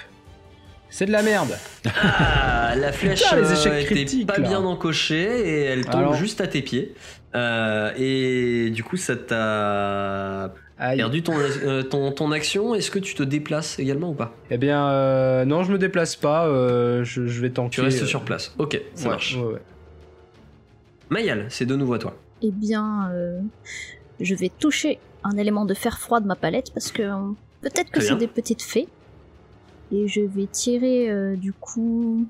Speaker 2: C'est de la merde.
Speaker 1: Ah, la flèche
Speaker 2: Putain, les échecs
Speaker 1: euh, était
Speaker 2: critiques,
Speaker 1: pas
Speaker 2: là.
Speaker 1: bien encochée et elle tombe
Speaker 2: Alors.
Speaker 1: juste à tes pieds. Euh, et du coup, ça t'a
Speaker 2: Aïe.
Speaker 1: perdu ton, euh, ton, ton action. Est-ce que tu te déplaces également ou pas
Speaker 2: Eh bien, euh, non, je me déplace pas. euh, je, je vais tanker.
Speaker 1: Tu restes
Speaker 2: euh,
Speaker 1: sur place. Ok, ça
Speaker 2: ouais,
Speaker 1: marche.
Speaker 2: ouais, ouais.
Speaker 1: Mayal, c'est de nouveau à toi.
Speaker 3: Eh bien, euh, je vais toucher un élément de fer froid de ma palette parce que euh, peut-être que
Speaker 1: Très
Speaker 3: c'est
Speaker 1: bien.
Speaker 3: des petites fées. Et je vais tirer euh, du coup.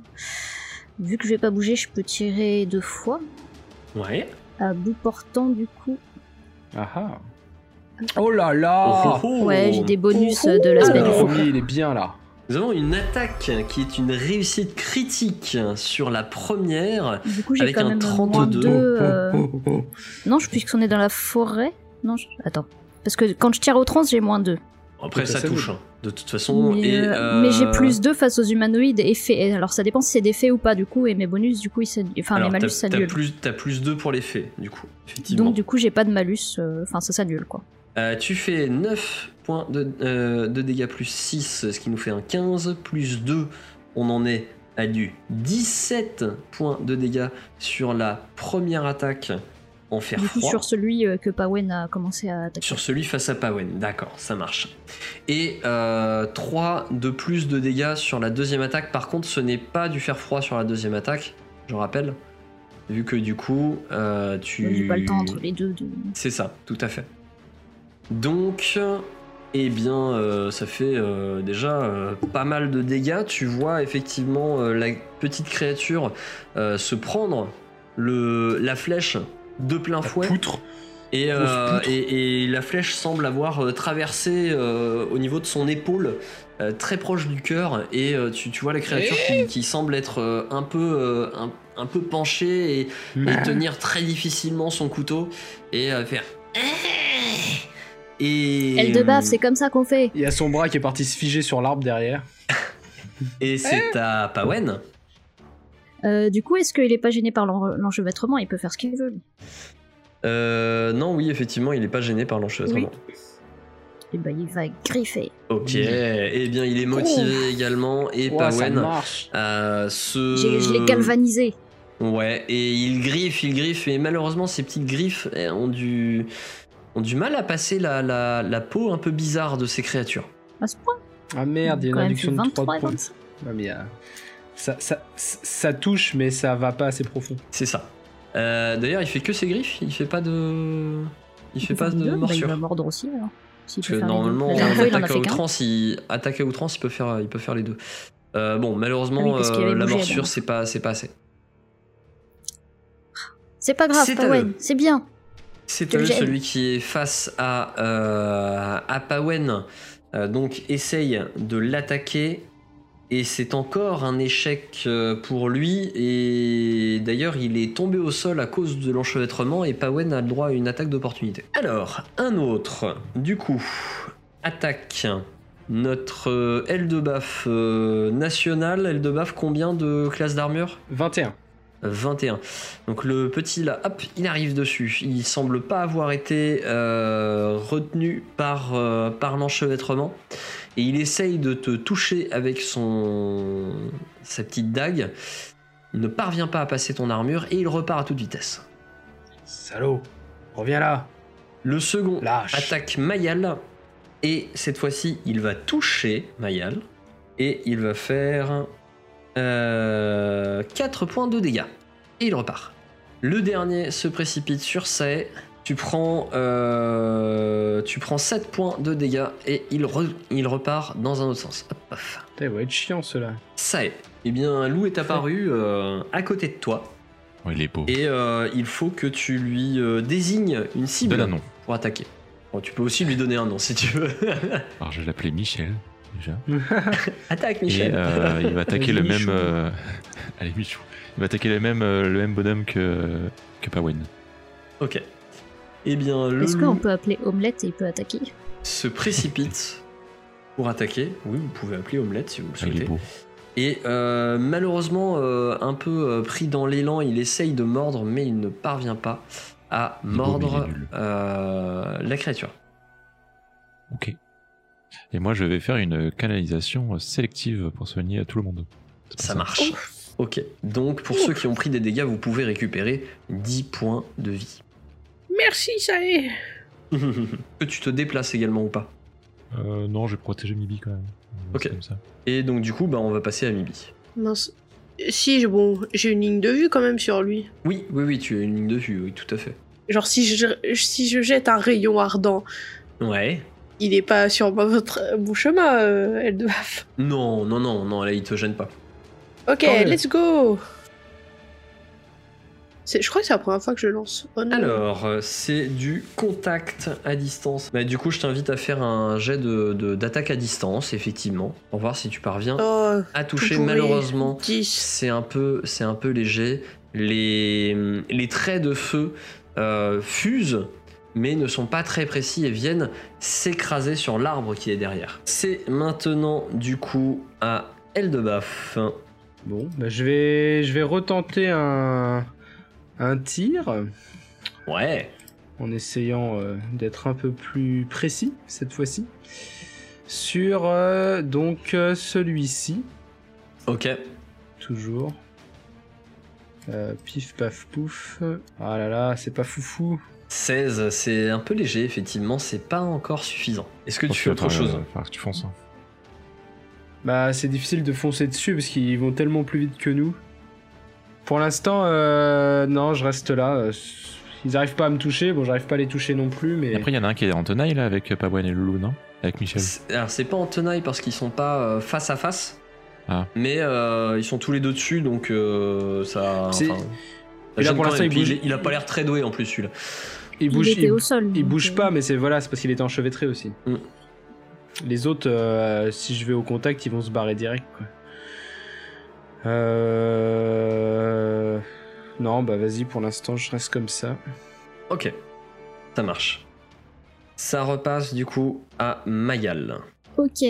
Speaker 3: Vu que je vais pas bouger, je peux tirer deux fois.
Speaker 1: Ouais.
Speaker 3: À bout portant, du coup.
Speaker 2: Ah ah. Oh là là
Speaker 3: Ouais, j'ai des bonus
Speaker 2: Oh,
Speaker 3: euh, de l'aspect
Speaker 2: Le
Speaker 3: du faux.
Speaker 2: premier, il est bien là.
Speaker 1: Nous avons une attaque qui est une réussite critique sur la première.
Speaker 3: Du coup, j'ai
Speaker 1: Avec
Speaker 3: quand
Speaker 1: un
Speaker 3: même moins
Speaker 1: 32.
Speaker 3: deux. euh,
Speaker 2: Oh, oh, oh.
Speaker 3: Non, je puisqu'on est dans la forêt. Non, je- attends. Parce que quand je tire au trans, j'ai moins deux.
Speaker 1: Après,
Speaker 2: Tout à
Speaker 1: ça
Speaker 2: fait.
Speaker 1: touche, hein, de toute façon.
Speaker 3: mais
Speaker 1: et,
Speaker 3: euh, mais j'ai
Speaker 1: euh,
Speaker 3: plus 2 face aux humanoïdes et fées. Et Alors ça dépend si c'est des fées ou pas du coup et mes bonus du coup ils s'annu- enfin
Speaker 1: alors,
Speaker 3: mes
Speaker 1: t'as-
Speaker 3: hein, malus
Speaker 1: T'as
Speaker 3: s'annulent.
Speaker 1: plus, t'as plus 2 pour les faits, du coup. Effectivement.
Speaker 3: Donc du coup j'ai pas de malus, euh, enfin ça s'annule quoi.
Speaker 1: Euh, tu fais 9 points de, euh, de dégâts plus 6, ce qui nous fait un 15, plus 2, on en est à du 17 points de dégâts sur la première attaque en fer
Speaker 3: Du coup
Speaker 1: froid.
Speaker 3: sur celui euh, que Pawen a commencé à attaquer.
Speaker 1: Sur celui face à Pawen, d'accord, ça marche. Et 3 de plus de dégâts sur la deuxième attaque. Par contre, ce n'est pas du fer froid sur la deuxième attaque, je rappelle. Vu que du coup, euh, tu.
Speaker 3: J'ai pas le temps entre les deux. de-
Speaker 1: C'est ça, tout à fait. Donc, eh bien, euh, ça fait euh, déjà euh, pas mal de dégâts. Tu vois effectivement euh, la petite créature euh, se prendre le, la flèche de plein fouet.
Speaker 2: Poutre.
Speaker 1: Et, euh,
Speaker 2: Grosse poutre.
Speaker 1: et- et la flèche semble avoir euh, traversé euh, au niveau de son épaule, euh, très proche du cœur, et euh, tu, tu vois la créature qui, qui semble être euh, un peu, euh, un, un peu penchée et, et tenir très difficilement son couteau et euh, faire. Et, euh,
Speaker 3: Elle de baffe, c'est comme ça qu'on fait.
Speaker 2: Il y a son bras qui est parti se figer sur l'arbre derrière.
Speaker 1: Et c'est
Speaker 3: Ah.
Speaker 1: à Pawen.
Speaker 3: Euh, du coup est-ce qu'il est pas gêné par l'en- l'enchevêtrement Il peut faire ce qu'il veut. lui.
Speaker 1: Euh, non, oui, effectivement, il n'est pas gêné par l'enchevêtrement.
Speaker 3: Et bah il va griffer.
Speaker 1: Ok, eh bien, il est motivé
Speaker 3: Oh.
Speaker 1: également, et
Speaker 2: Ouah, ça
Speaker 1: Pawen.
Speaker 2: marche.
Speaker 1: euh, se-
Speaker 3: J'ai- Je l'ai galvanisé.
Speaker 1: Ouais, et il griffe, il griffe, et malheureusement, ces petites griffes eh, ont du, ont du mal à passer la, la, la peau un peu bizarre de ces créatures.
Speaker 3: À ce point.
Speaker 2: Ah merde, il y a une
Speaker 3: Quand même,
Speaker 2: réduction
Speaker 3: c'est
Speaker 2: de 3
Speaker 3: 23,
Speaker 2: points.
Speaker 3: 25.
Speaker 2: Ah, mais, euh, ça, ça, ça touche, mais ça va pas assez profond.
Speaker 1: C'est ça. Euh, D'ailleurs, il fait que ses griffes, il fait pas de. Il fait
Speaker 3: peut
Speaker 1: pas
Speaker 3: faire
Speaker 1: de
Speaker 3: deux, bah, il
Speaker 1: morsure.
Speaker 3: va mordre aussi alors. S'il
Speaker 1: Parce
Speaker 3: peut
Speaker 1: que
Speaker 3: faire les deux. Bah,
Speaker 1: normalement, euh,
Speaker 3: La dernière fois, il en a
Speaker 1: attaque à
Speaker 3: fait qu'un.
Speaker 1: outrance, il, attaque à outrance, il peut faire, il peut faire les deux. Euh, bon,
Speaker 3: Ah oui,
Speaker 1: malheureusement,
Speaker 3: parce qu'il avait
Speaker 1: euh, la
Speaker 3: bougé, la
Speaker 1: morsure,
Speaker 3: dernière
Speaker 1: c'est pas, c'est pas assez.
Speaker 3: C'est pas grave,
Speaker 1: C'est à
Speaker 3: Pawen,
Speaker 1: eux.
Speaker 3: c'est bien.
Speaker 1: C'est
Speaker 3: Que
Speaker 1: à eux,
Speaker 3: j'aime.
Speaker 1: celui qui est face à, euh, à Pawen. Euh, donc essaye de l'attaquer. Et c'est encore un échec euh, pour lui. Et d'ailleurs, il est tombé au sol à cause de l'enchevêtrement. Et Pawen a le droit à une attaque d'opportunité. Alors, un autre. Du coup, attaque. Notre euh, aile de baffe euh, nationale. Aile de baffe, combien de classes d'armure
Speaker 2: 21.
Speaker 1: 21. Donc le petit là, hop, il arrive dessus. Il semble pas avoir été euh, retenu par, euh, par l'enchevêtrement. Et il essaye de te toucher avec son sa petite dague. Il ne parvient pas à passer ton armure et il repart à toute vitesse.
Speaker 2: Salaud. Reviens là.
Speaker 1: Le second
Speaker 2: Lâche.
Speaker 1: attaque Mayal. Et cette fois-ci, il va toucher Mayal. Et il va faire 4 points de dégâts. Et il repart. Le dernier se précipite sur Sae. Tu prends, euh, tu prends 7 points de dégâts et il, re- il repart dans un autre sens. Hop, paf.
Speaker 2: Putain, il va être chiant, cela.
Speaker 1: Sae. Eh bien, un loup est apparu euh, à côté de toi.
Speaker 5: Oh, il est beau.
Speaker 1: Et euh, il faut que tu lui euh, désignes une cible
Speaker 5: Donne un nom.
Speaker 1: pour attaquer. Bon, tu peux aussi lui donner un nom si tu veux.
Speaker 5: Alors, je vais l'appeler Michel, déjà.
Speaker 1: Attaque
Speaker 5: Et
Speaker 1: Michel.
Speaker 5: euh, il va attaquer le même.
Speaker 2: Michou.
Speaker 5: euh, Allez, Michou. Il va attaquer le même, euh, le même bonhomme que, que Pawen.
Speaker 1: Ok. Eh bien, le
Speaker 3: Est-ce qu'on
Speaker 1: loup
Speaker 3: peut appeler Omelette et il peut attaquer
Speaker 1: se précipite pour attaquer. Oui, vous pouvez appeler Omelette si vous le
Speaker 5: Ah, il est
Speaker 1: souhaitez.
Speaker 5: beau.
Speaker 1: Et euh, malheureusement, euh, un peu euh, pris dans l'élan, il essaye de mordre, mais il ne parvient pas à à
Speaker 5: Il est beau, mais il est
Speaker 1: mordre
Speaker 5: nul.
Speaker 1: euh, la créature.
Speaker 5: Ok. Et moi, je vais faire une canalisation sélective pour soigner à tout le monde. C'est pour
Speaker 1: Ça marche. Ok. Donc pour ceux qui ont pris des dégâts, vous pouvez récupérer 10 points de vie.
Speaker 4: Merci, ça y est.
Speaker 1: que tu te déplaces également ou pas.
Speaker 5: Euh, non, je vais protéger Mibi quand même. Euh,
Speaker 1: Ok.
Speaker 5: C'est Comme ça.
Speaker 1: Et donc du coup, bah, on va passer à Mibi.
Speaker 4: Mince. Si, j'ai- bon, j'ai une ligne de vue quand même sur lui.
Speaker 1: Oui, oui, oui, tu as une ligne de vue, oui, tout à fait.
Speaker 4: Genre, si je, si je jette un rayon ardent,
Speaker 1: Ouais.
Speaker 4: il n'est pas sur mo- votre, mon chemin, euh, Eldebaf.
Speaker 1: Non, non, non, non, là, il te gêne pas.
Speaker 4: Ok,
Speaker 2: Tant mieux.
Speaker 4: let's go C'est- Je crois que c'est la première fois que je lance. Oh non.
Speaker 1: Alors, euh, c'est du contact à distance. Bah, du coup, je t'invite à faire un jet de- de- d'attaque à distance, effectivement, pour voir si tu parviens
Speaker 4: Oh,
Speaker 1: à
Speaker 4: tout
Speaker 1: toucher.
Speaker 4: pourri.
Speaker 1: Malheureusement,
Speaker 4: 10.
Speaker 1: c'est un peu, c'est un peu léger. Les, les traits de feu euh, fusent, mais ne sont pas très précis et viennent s'écraser sur l'arbre qui est derrière. C'est maintenant, du coup, à Eldebaf.
Speaker 2: Bon, bah, je vais, je vais retenter un, un tir
Speaker 1: Ouais.
Speaker 2: en essayant euh, d'être un peu plus précis cette fois-ci sur euh, donc euh, celui-ci
Speaker 1: Ok.
Speaker 2: toujours. Euh, pif paf pouf. Ah là là, c'est pas foufou.
Speaker 1: 16, c'est un peu léger, effectivement, c'est pas encore suffisant. Est-ce que
Speaker 5: Je
Speaker 1: tu
Speaker 5: pense
Speaker 1: fais
Speaker 5: qu'il
Speaker 1: autre
Speaker 5: va falloir-
Speaker 1: chose
Speaker 5: il va falloir que tu fonces. hein.
Speaker 2: Bah, c'est difficile de foncer dessus parce qu'ils vont tellement plus vite que nous. Pour l'instant, euh, non, je reste là. Euh, Ils arrivent pas à me toucher. Bon, j'arrive pas à les toucher non plus, mais.
Speaker 5: Et Après, il y en a un qui est en tenaille là avec Pabouane et Loulou, non Avec Michel.
Speaker 1: C'est- Alors, c'est pas en tenaille parce qu'ils sont pas euh, face à face,
Speaker 5: Ah.
Speaker 1: mais euh, ils sont tous les deux dessus, donc euh, ça.
Speaker 2: C'est-
Speaker 1: enfin, ça
Speaker 2: Et là,
Speaker 1: gêne
Speaker 2: pour
Speaker 1: quand
Speaker 2: l'instant,
Speaker 1: même.
Speaker 2: il
Speaker 1: Puis
Speaker 2: bouge-
Speaker 1: est- il a pas l'air très doué en plus, celui-là.
Speaker 2: Il
Speaker 3: Il
Speaker 2: bouge,
Speaker 3: était
Speaker 2: il-
Speaker 3: au sol.
Speaker 2: il
Speaker 3: donc,
Speaker 2: bouge
Speaker 3: euh,
Speaker 2: pas, mais c'est voilà, c'est parce qu'il était enchevêtré aussi.
Speaker 1: Mm.
Speaker 2: Les autres, euh, si je vais au contact, ils vont se barrer direct. Quoi. Euh... Non, bah vas-y, pour l'instant, je reste comme ça.
Speaker 1: Ok, ça marche. Ça repasse du coup à Mayal.
Speaker 3: Ok.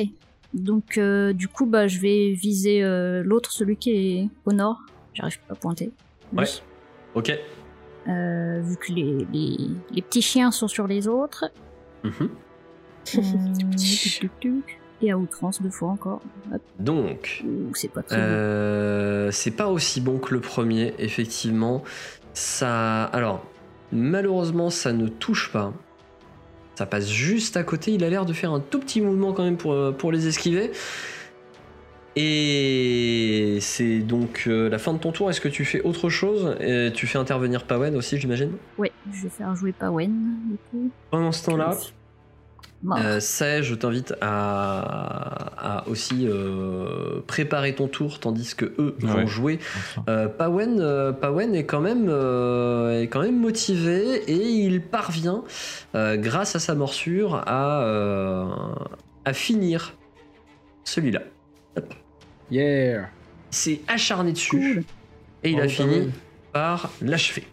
Speaker 3: Donc, euh, du coup, bah, je vais viser euh, l'autre, celui qui est au nord. J'arrive pas à pointer.
Speaker 1: Ouais. Ok.
Speaker 3: Euh, vu que les, les, les petits chiens sont sur les autres.
Speaker 1: Mhm.
Speaker 3: Euh, tuc, tuc, tuc. Euh, Et à outrance, deux fois encore.
Speaker 1: Donc,
Speaker 3: Ouh, C'est pas très bon.
Speaker 1: Euh, c'est pas aussi bon que le premier, effectivement. Ça. Alors, malheureusement, ça ne touche pas. Ça passe juste à côté. Il a l'air de faire un tout petit mouvement quand même pour, euh, pour les esquiver. Et c'est donc euh, la fin de ton tour. Est-ce que tu fais autre chose Euh, Tu fais intervenir Pawen aussi, j'imagine
Speaker 3: Ouais, je vais faire jouer Pawen, du coup.
Speaker 1: Pendant ce temps-là,
Speaker 3: Mort.
Speaker 1: euh, Sage, je t'invite à, à aussi euh, préparer ton tour tandis que eux
Speaker 5: Ah
Speaker 1: vont
Speaker 5: ouais.
Speaker 1: jouer
Speaker 5: Enfin.
Speaker 1: Euh, Pawen, euh, Pawen est quand même euh, est quand même motivé et il parvient euh, grâce à sa morsure à euh, à finir celui-là.
Speaker 2: Yeah
Speaker 1: Il s'est acharné dessus
Speaker 3: Cool.
Speaker 1: et il a
Speaker 2: Bravo,
Speaker 1: fini
Speaker 2: Pawen.
Speaker 1: par l'achever.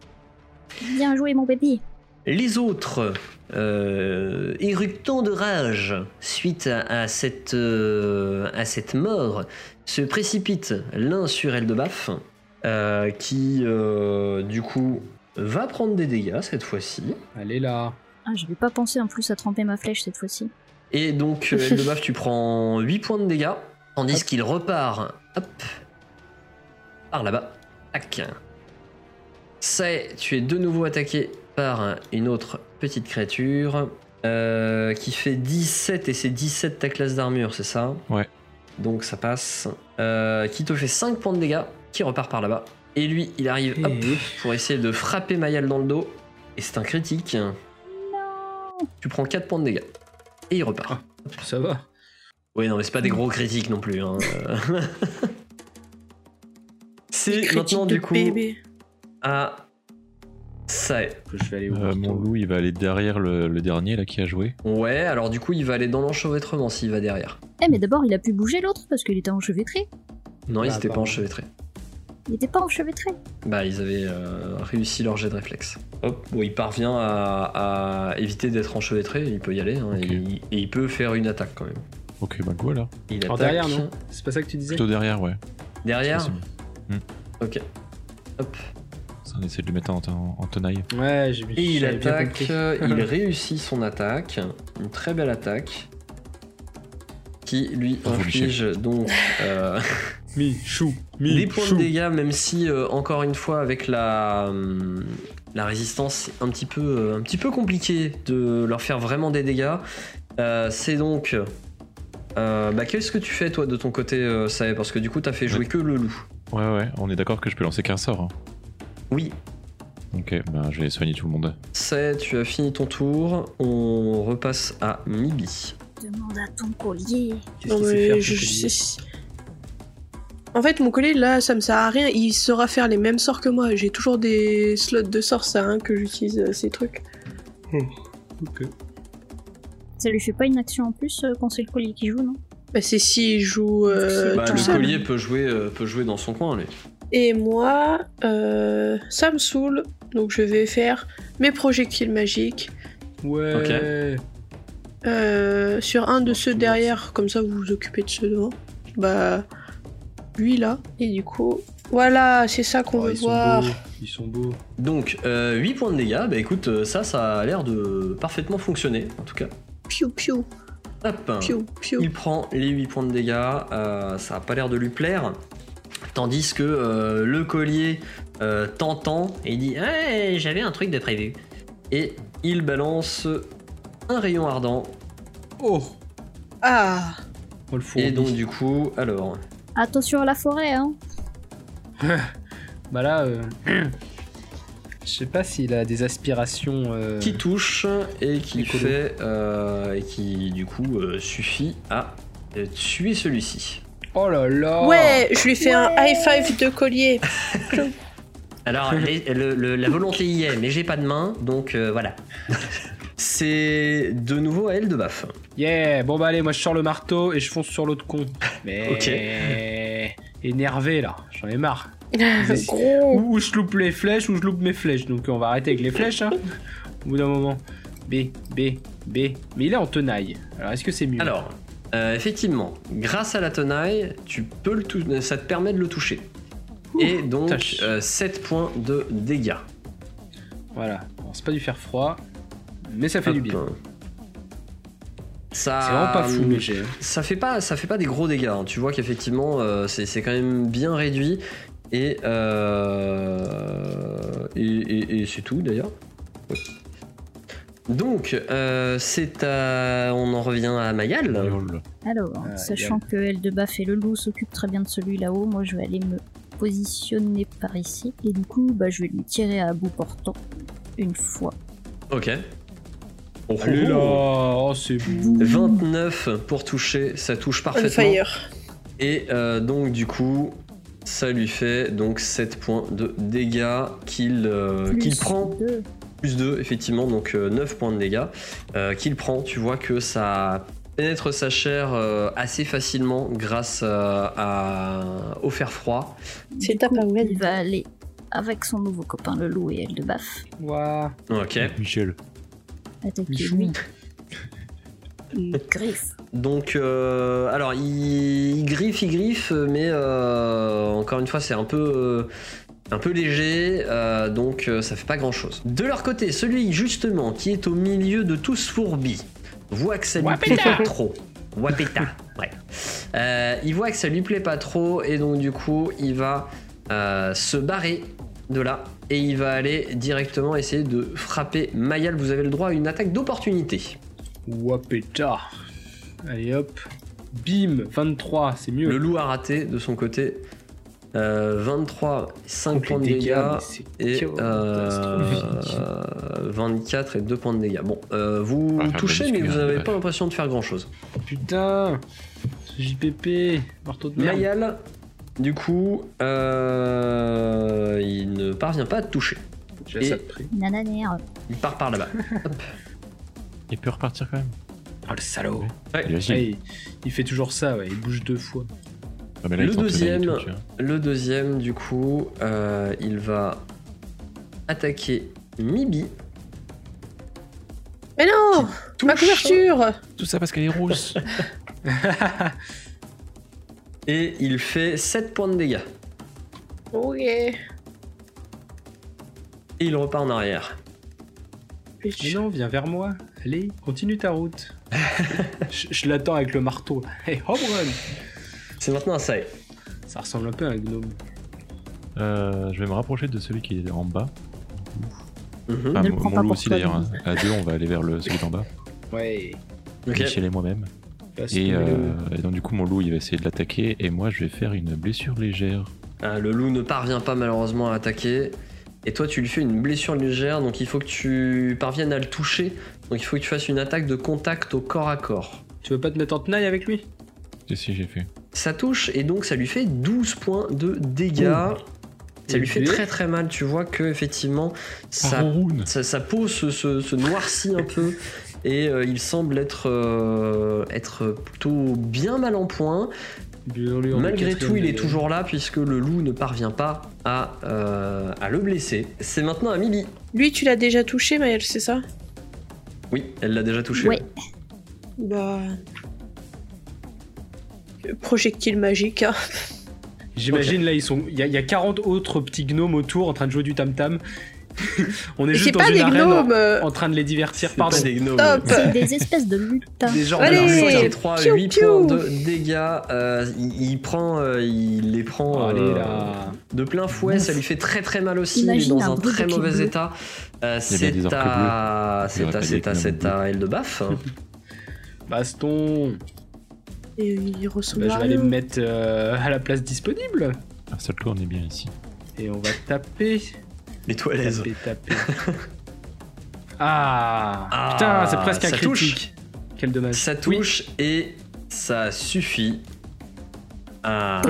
Speaker 3: Bien joué, mon bébé.
Speaker 1: Les autres, euh, éructant de rage suite à, à cette, euh, à cette mort, se précipitent l'un sur Eldebaf, euh, qui euh, du coup va prendre des dégâts cette fois-ci.
Speaker 2: Allez là
Speaker 3: Ah, j'avais pas pensé en plus à tremper ma flèche cette fois-ci.
Speaker 1: Et donc euh, Eldebaf, tu prends 8 points de dégâts, tandis
Speaker 2: Hop.
Speaker 1: qu'il repart hop, par là-bas. Tac. C'est, tu es de nouveau attaqué par une autre petite créature euh, qui fait 17 et c'est 17 ta classe d'armure, c'est ça
Speaker 5: Ouais.
Speaker 1: Donc ça passe. Euh, qui te fait 5 points de dégâts, qui repart par là-bas. Et lui, il arrive hop,
Speaker 2: Et-
Speaker 1: pour essayer de frapper Mayal dans le dos. Et c'est un critique. Tu prends 4 points de dégâts. Et il repart.
Speaker 2: Ça va
Speaker 1: Oui, non, mais c'est pas des gros critiques non plus. hein. Euh, c'est
Speaker 4: Critique
Speaker 1: maintenant
Speaker 4: de
Speaker 1: du coup
Speaker 4: bébé.
Speaker 1: à ça. est.
Speaker 2: que je vais aller au
Speaker 5: Euh, mon loup, il va aller derrière le, le dernier là qui a joué.
Speaker 1: Ouais, alors du coup, il va aller dans l'enchevêtrement s'il va derrière.
Speaker 3: Eh, mais d'abord, il a pu bouger l'autre parce qu'il était enchevêtré.
Speaker 1: Non,
Speaker 4: Bah,
Speaker 1: ils
Speaker 2: Ah,
Speaker 1: étaient pas
Speaker 2: pardon.
Speaker 1: enchevêtrés.
Speaker 3: Il était pas enchevêtré.
Speaker 1: Bah, ils avaient euh, réussi leur jet de réflexe. Hop, bon, il parvient à, à éviter d'être enchevêtré, il peut y aller, hein,
Speaker 5: Ok.
Speaker 1: et, il- et il peut faire une attaque quand même.
Speaker 5: Ok, bah go alors.
Speaker 1: Il
Speaker 2: En
Speaker 1: attaque.
Speaker 2: derrière, non C'est pas ça que tu disais
Speaker 5: Plutôt derrière, ouais.
Speaker 1: Derrière
Speaker 5: C'est possible.
Speaker 1: Ok. Hop.
Speaker 5: On essaie de le mettre en, en- en tenaille.
Speaker 2: Ouais, j'ai
Speaker 1: Et il
Speaker 2: j'avais bien
Speaker 1: attaque,
Speaker 2: compris.
Speaker 1: euh, il réussit son attaque, une très belle attaque, qui lui
Speaker 5: Bravo,
Speaker 1: inflige donc euh,
Speaker 2: Mi, chou, mi,
Speaker 1: des points de
Speaker 2: chou.
Speaker 1: dégâts, même si euh, encore une fois avec la hum, la résistance, c'est un petit peu euh, un petit peu compliqué de leur faire vraiment des dégâts. Euh, c'est donc euh, bah, qu'est-ce que tu fais toi de ton côté, euh, Sae Parce que du coup, t'as fait jouer que le loup.
Speaker 5: Ouais, ouais, on est d'accord que je peux lancer qu'un sort. hein.
Speaker 1: Oui,
Speaker 5: Ok, bah, je vais soigner tout le monde.
Speaker 1: c'est tu as fini ton tour. On repasse à Mibi.
Speaker 3: Demande à ton collier.
Speaker 2: Qu'est-ce
Speaker 4: Non,
Speaker 2: qu'il sait
Speaker 4: mais
Speaker 2: faire,
Speaker 4: je-
Speaker 2: ce
Speaker 4: je
Speaker 2: collier
Speaker 4: sais- En fait, mon collègue, là, ça me sert à rien. Il saura faire les mêmes sorts que moi. J'ai toujours des slots de sorts, ça, hein, que j'utilise euh, ces trucs.
Speaker 2: Ok.
Speaker 3: Ça lui fait pas une action en plus euh, quand c'est le collier qui joue, non
Speaker 4: Bah, c'est si il joue euh,
Speaker 1: Bah,
Speaker 4: tout
Speaker 1: le
Speaker 4: seul.
Speaker 1: collier peut jouer, euh, peut jouer dans son coin, lui.
Speaker 4: Et moi, euh, ça me saoule. Donc, je vais faire mes projectiles magiques
Speaker 2: Ouais.
Speaker 4: euh, sur un de
Speaker 2: Bon,
Speaker 4: ceux
Speaker 2: tout le monde.
Speaker 4: derrière. Comme ça, vous vous occupez de ceux devant. Bah, lui, là. Et du coup, voilà, c'est ça qu'on
Speaker 2: Oh,
Speaker 4: veut
Speaker 2: ils sont
Speaker 4: voir.
Speaker 2: beaux, Ils sont beaux.
Speaker 1: Donc, euh, 8 points de dégâts, bah écoute, euh, ça, ça a l'air de parfaitement fonctionner, en tout cas.
Speaker 4: Piou, piou,
Speaker 1: Hop
Speaker 2: Ah.
Speaker 4: piou, piou.
Speaker 1: Il prend les 8 points de dégâts, euh, ça a pas l'air de lui plaire. Tandis que euh, le collier euh, t'entend et il dit Ouais, j'avais un truc de prévu. Et il balance un rayon ardent.
Speaker 2: Oh
Speaker 4: Ah,
Speaker 2: On le
Speaker 1: Et
Speaker 2: fourre.
Speaker 1: donc, du coup, alors.
Speaker 3: Attention à la forêt, hein
Speaker 2: Bah là, euh, je sais pas s'il a des aspirations. euh,
Speaker 1: qui touche et qui
Speaker 2: Écolo.
Speaker 1: fait euh, et qui du coup euh, suffit à euh, tuer celui-ci.
Speaker 2: Oh là là
Speaker 4: Ouais, je lui fais un high five de collier.
Speaker 1: Alors les- le- le- la volonté y est, mais j'ai pas de main, donc euh, voilà. C'est de nouveau à elle de baffe.
Speaker 2: Yeah Bon bah allez, moi je sors le marteau et je fonce sur l'autre con. Mais. Énervé là, j'en ai marre. Vas-y.
Speaker 4: Gros.
Speaker 2: Ou, ou je loupe les flèches ou je loupe mes flèches. Donc on va arrêter avec les flèches, hein. Au bout d'un moment. B, B, B. Mais il est en tenaille. Alors est-ce que c'est mieux
Speaker 1: Alors euh, effectivement, grâce à la tenaille, tu peux le tou- ça te permet de le toucher. Et donc
Speaker 2: tâche.
Speaker 1: 7 points de dégâts.
Speaker 2: Voilà. Bon, c'est pas du fer froid, mais ça fait
Speaker 1: Hop.
Speaker 2: du bien.
Speaker 1: Ça, bah,
Speaker 2: C'est vraiment pas fou, mais j'ai.
Speaker 1: ça fait pas ça fait pas des gros dégâts hein. tu vois qu'effectivement euh, c'est c'est quand même bien réduit et euh, et, et- et c'est tout d'ailleurs Ouais. donc euh, c'est à on en revient à Mayal
Speaker 5: Lol.
Speaker 3: Alors,
Speaker 2: Ah,
Speaker 3: sachant
Speaker 2: égal.
Speaker 3: que Eldebaf et le loup s'occupent très bien de celui là-haut, moi je vais aller me positionner par ici. Et du coup, bah, je vais lui tirer à bout portant. Une fois.
Speaker 1: ok Oh, oh,
Speaker 2: Allez là
Speaker 1: oh.
Speaker 2: Oh, c'est beau
Speaker 1: 29 pour toucher ça touche
Speaker 4: On
Speaker 1: parfaitement
Speaker 4: fire.
Speaker 1: et euh, donc du coup ça lui fait donc 7 points de dégâts qu'il euh, qu'il
Speaker 3: Plus
Speaker 1: prend
Speaker 3: deux.
Speaker 1: plus 2 effectivement donc euh, 9 points de dégâts euh, qu'il prend tu vois que ça pénètre sa chair euh, assez facilement grâce euh, à, au fer froid
Speaker 4: C'est ta
Speaker 3: Il va aller avec son nouveau copain le loup et Eldebaf.
Speaker 2: Ouah.
Speaker 1: ok
Speaker 5: Michel.
Speaker 3: Attaquer
Speaker 2: Michou.
Speaker 3: lui. Une griffe.
Speaker 1: donc euh, alors il, il griffe il griffe mais euh, encore une fois c'est un peu euh, un peu léger, euh, donc euh, ça fait pas grand chose. De leur côté, celui justement qui est au milieu de tous fourbis voit que ça lui plaît
Speaker 2: Wapeta.
Speaker 1: pas trop. Wapeta, ouais. Euh, il voit que ça lui plaît pas trop et donc du coup il va euh, se barrer de là et il va aller directement essayer de frapper Mayal. Vous avez le droit à une attaque d'opportunité.
Speaker 2: Wapeta. Allez hop. Bim 23, c'est mieux.
Speaker 1: Le loup a raté de son côté. Euh, 23, 5 points de
Speaker 2: hein,
Speaker 1: dégâts. et euh, 24 et 2 points de dégâts. Bon, euh, vous
Speaker 5: va faire
Speaker 1: touchez,
Speaker 5: bonus
Speaker 1: mais
Speaker 5: cumul,
Speaker 1: vous n'avez
Speaker 5: ouais.
Speaker 1: pas l'impression de faire grand chose.
Speaker 2: Putain JPP Marteau de merde.
Speaker 1: Mayal, du coup, euh, il ne parvient pas à te toucher.
Speaker 2: J'ai ça
Speaker 1: et-
Speaker 2: de près.
Speaker 3: Nananère.
Speaker 1: Il part par là-bas.
Speaker 5: Il peut repartir quand même.
Speaker 2: Ah le salaud
Speaker 1: Ouais.
Speaker 5: Il est agile.
Speaker 2: Ouais, il, il fait toujours ça, ouais, il bouge deux fois.
Speaker 5: Ah, mais là,
Speaker 1: Le
Speaker 5: il est en tenaille et
Speaker 1: deuxième.
Speaker 5: tout, hein. tu vois.
Speaker 1: Le deuxième, du coup, euh, il va attaquer Mibi.
Speaker 4: Mais non Ma couverture
Speaker 5: Tout ça parce qu'elle est rousse.
Speaker 1: Et il fait 7 points de dégâts.
Speaker 4: Ok.
Speaker 1: Et il repart en arrière.
Speaker 2: Mais
Speaker 4: Bitch.
Speaker 2: non, viens vers moi. Allez, continue ta route. je je l'attends avec le marteau. Hey, home run
Speaker 1: C'est maintenant à Sae.
Speaker 2: Ça ressemble un peu à un gnome.
Speaker 5: Euh, je vais me rapprocher de celui qui est en bas.
Speaker 1: Mhm.
Speaker 5: Enfin,
Speaker 3: Ne le
Speaker 5: mon
Speaker 3: prends
Speaker 5: mon
Speaker 3: pas
Speaker 5: loup
Speaker 3: pour
Speaker 5: aussi
Speaker 3: toi,
Speaker 5: d'ailleurs.
Speaker 3: Denis.
Speaker 5: hein. À deux, on va aller vers le, celui d'en bas.
Speaker 2: Ouais.
Speaker 1: Ok.
Speaker 5: Michel et moi-même.
Speaker 2: Parce
Speaker 5: Et,
Speaker 2: que-
Speaker 5: euh, et donc du coup, mon loup, il va essayer de l'attaquer. Et moi, je vais faire une blessure légère.
Speaker 1: Ah, le loup ne parvient pas malheureusement à attaquer. Et toi, tu lui fais une blessure légère, donc il faut que tu parviennes à le toucher. Donc il faut que tu fasses une attaque de contact au corps à corps.
Speaker 2: Tu veux pas te mettre en tenaille avec lui
Speaker 5: Si, si, j'ai fait.
Speaker 1: Ça touche et donc ça lui fait 12 points de dégâts. Ça lui fait
Speaker 2: Ok.
Speaker 1: très très mal. Tu vois que effectivement
Speaker 5: Ça...
Speaker 1: ça sa, sa peau se, se- se noircit un peu et euh, il semble être, euh, être plutôt bien mal en point.
Speaker 2: Brûlure de
Speaker 1: Malgré
Speaker 2: quatrième
Speaker 1: tout, il est
Speaker 5: euh,
Speaker 2: degré.
Speaker 1: toujours là puisque le loup ne parvient pas à, euh, à le blesser. C'est maintenant à Millie.
Speaker 4: Lui, tu l'as déjà touché, Maël, c'est ça
Speaker 1: Oui, elle l'a déjà touché.
Speaker 3: Ouais.
Speaker 4: Bah. Projectile magique. hein.
Speaker 2: J'imagine là, ils sont. Il y, a- il y a 40 autres petits gnomes autour en train de jouer du tam-tam. On est
Speaker 4: Mais c'est
Speaker 2: juste dans
Speaker 4: pas
Speaker 2: une
Speaker 4: des
Speaker 2: arène hein. Oh, en-
Speaker 4: gnomes euh,
Speaker 2: en, train de les divertir.
Speaker 1: C'est
Speaker 2: Pardon.
Speaker 1: pas des gnomes.
Speaker 4: Top
Speaker 3: C'est des espèces de mutins.
Speaker 2: Des gens
Speaker 4: Allez,
Speaker 1: Alors,
Speaker 2: de
Speaker 4: c'est-
Speaker 1: 53,
Speaker 4: piou,
Speaker 1: 8
Speaker 4: piou.
Speaker 1: points de dégâts. euh, il, il prend, euh, il les
Speaker 5: Oh,
Speaker 1: prend
Speaker 2: Allez
Speaker 1: euh,
Speaker 2: là.
Speaker 1: de plein fouet. Ça lui fait très très mal aussi.
Speaker 3: Imagine
Speaker 1: il est
Speaker 3: un
Speaker 1: dans un
Speaker 3: bruit de
Speaker 1: très
Speaker 3: clic
Speaker 1: mauvais
Speaker 3: bleu.
Speaker 1: état. Euh,
Speaker 5: y a bien des
Speaker 1: c'est
Speaker 5: orques
Speaker 1: à, c'est
Speaker 5: aurait
Speaker 1: à,
Speaker 5: pas
Speaker 1: c'est
Speaker 5: des
Speaker 1: à,
Speaker 5: gnomes
Speaker 1: c'est à Eldebaff.
Speaker 2: Baston.
Speaker 4: Et il
Speaker 2: Bah,
Speaker 4: ressemble
Speaker 2: je
Speaker 4: à
Speaker 2: vais aller
Speaker 4: rien.
Speaker 2: me mettre euh, à la place disponible.
Speaker 5: Un Ah, seul coup, on est bien ici.
Speaker 2: Et on va taper.
Speaker 1: Les toi à l'aise.
Speaker 2: Taper, taper. ah,
Speaker 1: Ah,
Speaker 2: Putain, c'est presque un
Speaker 1: ça
Speaker 2: critique. Quel dommage.
Speaker 1: Ça
Speaker 2: Oui.
Speaker 1: touche et ça suffit à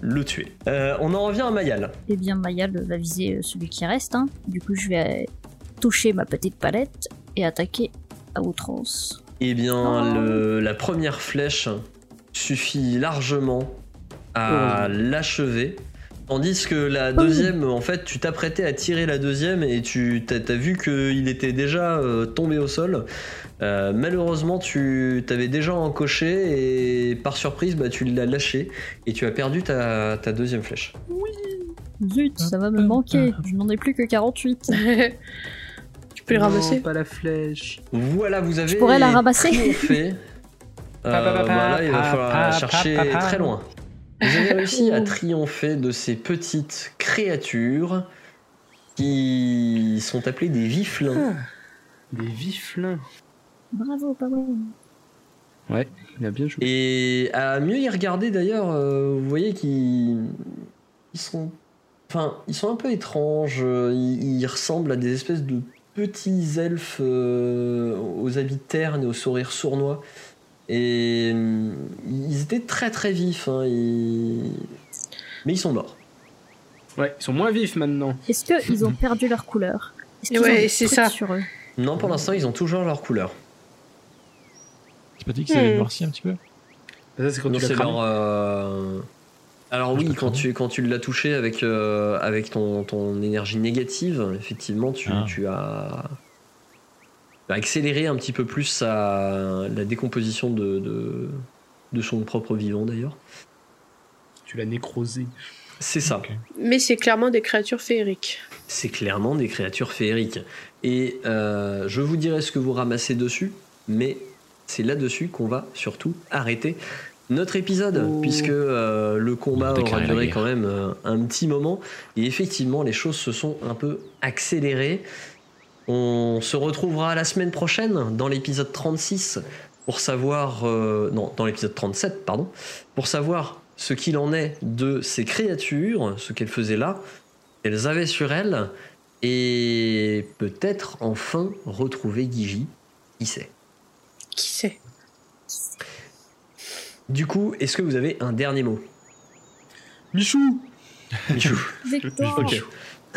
Speaker 1: le tuer. Euh, on en revient à Mayal.
Speaker 3: Eh bien, Mayal va viser euh, celui qui reste. hein. Du coup, je vais euh, toucher ma petite palette et attaquer à outrance.
Speaker 1: Eh bien,
Speaker 3: Oh.
Speaker 1: le- la première flèche suffit largement à l'achever. Tandis que la deuxième, en fait, tu t'apprêtais à tirer la deuxième et tu t'as as vu qu'il était déjà euh, tombé au sol. Euh, malheureusement, tu t'avais déjà encoché et par surprise, bah, tu l'as lâché et tu as perdu ta, ta deuxième flèche.
Speaker 3: Zut, ça va me manquer. Je n'en ai plus que 48.
Speaker 4: tu peux le
Speaker 2: Non,
Speaker 4: ramasser
Speaker 2: Pas la flèche.
Speaker 1: Voilà, vous avez.
Speaker 3: Je pourrais la ramasser.
Speaker 1: triomphé. Euh,
Speaker 2: Pa, pa, pa, pa,
Speaker 1: voilà, il va
Speaker 2: pa,
Speaker 1: falloir
Speaker 2: pa,
Speaker 1: la
Speaker 2: pa,
Speaker 1: chercher
Speaker 2: pa, pa.
Speaker 1: très loin. Vous avez réussi à triompher de ces petites créatures qui sont appelées des viflins.
Speaker 2: Des viflins.
Speaker 3: Bravo, pas mal.
Speaker 2: Il a bien joué.
Speaker 1: Et à mieux y regarder d'ailleurs, euh, vous voyez qu'ils ils sont, enfin, ils sont un peu étranges. euh, Ils, ils ressemblent à des espèces de petits elfes euh, aux habits ternes et aux sourires sournois. Et euh, ils étaient très très vifs, hein, ils- mais ils sont morts.
Speaker 2: Ouais, ils sont moins vifs maintenant.
Speaker 3: Est-ce qu'ils ont perdu leur couleur Est-ce qu'ils
Speaker 4: Ouais,
Speaker 3: ont des
Speaker 4: c'est
Speaker 3: trucs
Speaker 4: ça.
Speaker 3: sur eux
Speaker 1: Non, pour l'instant, ils ont toujours leur couleur.
Speaker 5: Tu pas dit que ça avait
Speaker 4: Hmm.
Speaker 5: noirci un petit peu
Speaker 2: Ça, c'est quand
Speaker 1: Non,
Speaker 2: tu l'as
Speaker 1: c'est
Speaker 2: cramé.
Speaker 1: leur, euh, Alors
Speaker 5: Je
Speaker 1: oui,
Speaker 5: l'ai
Speaker 1: quand
Speaker 5: cramé.
Speaker 1: tu, quand tu l'as touché avec, euh, avec ton, ton énergie négative, effectivement, tu,
Speaker 5: Ah.
Speaker 1: tu as... tu as accéléré un petit peu plus sa- la décomposition de, de, de son propre vivant d'ailleurs.
Speaker 2: Tu l'as nécrosé.
Speaker 1: C'est ça.
Speaker 5: Ok.
Speaker 4: Mais c'est clairement des créatures féeriques.
Speaker 1: C'est clairement des créatures féeriques. Et euh, je vous dirai ce que vous ramassez dessus, mais c'est là-dessus qu'on va surtout arrêter notre épisode,
Speaker 2: Oh.
Speaker 1: puisque euh, le combat
Speaker 5: Déclarer
Speaker 1: aura
Speaker 5: la
Speaker 1: duré
Speaker 5: guerre.
Speaker 1: quand même euh, un petit moment. Et effectivement, les choses se sont un peu accélérées. On se retrouvera la semaine prochaine dans l'épisode 36 pour savoir... euh, non, dans l'épisode 37, pardon pour savoir ce qu'il en est de ces créatures, ce qu'elles faisaient là, qu'elles avaient sur elles, et peut-être enfin retrouver Gigi, qui sait.
Speaker 4: Qui sait
Speaker 1: Du coup, est-ce que vous avez un dernier mot
Speaker 2: Michou
Speaker 1: Michou
Speaker 3: Victoire
Speaker 1: Ok.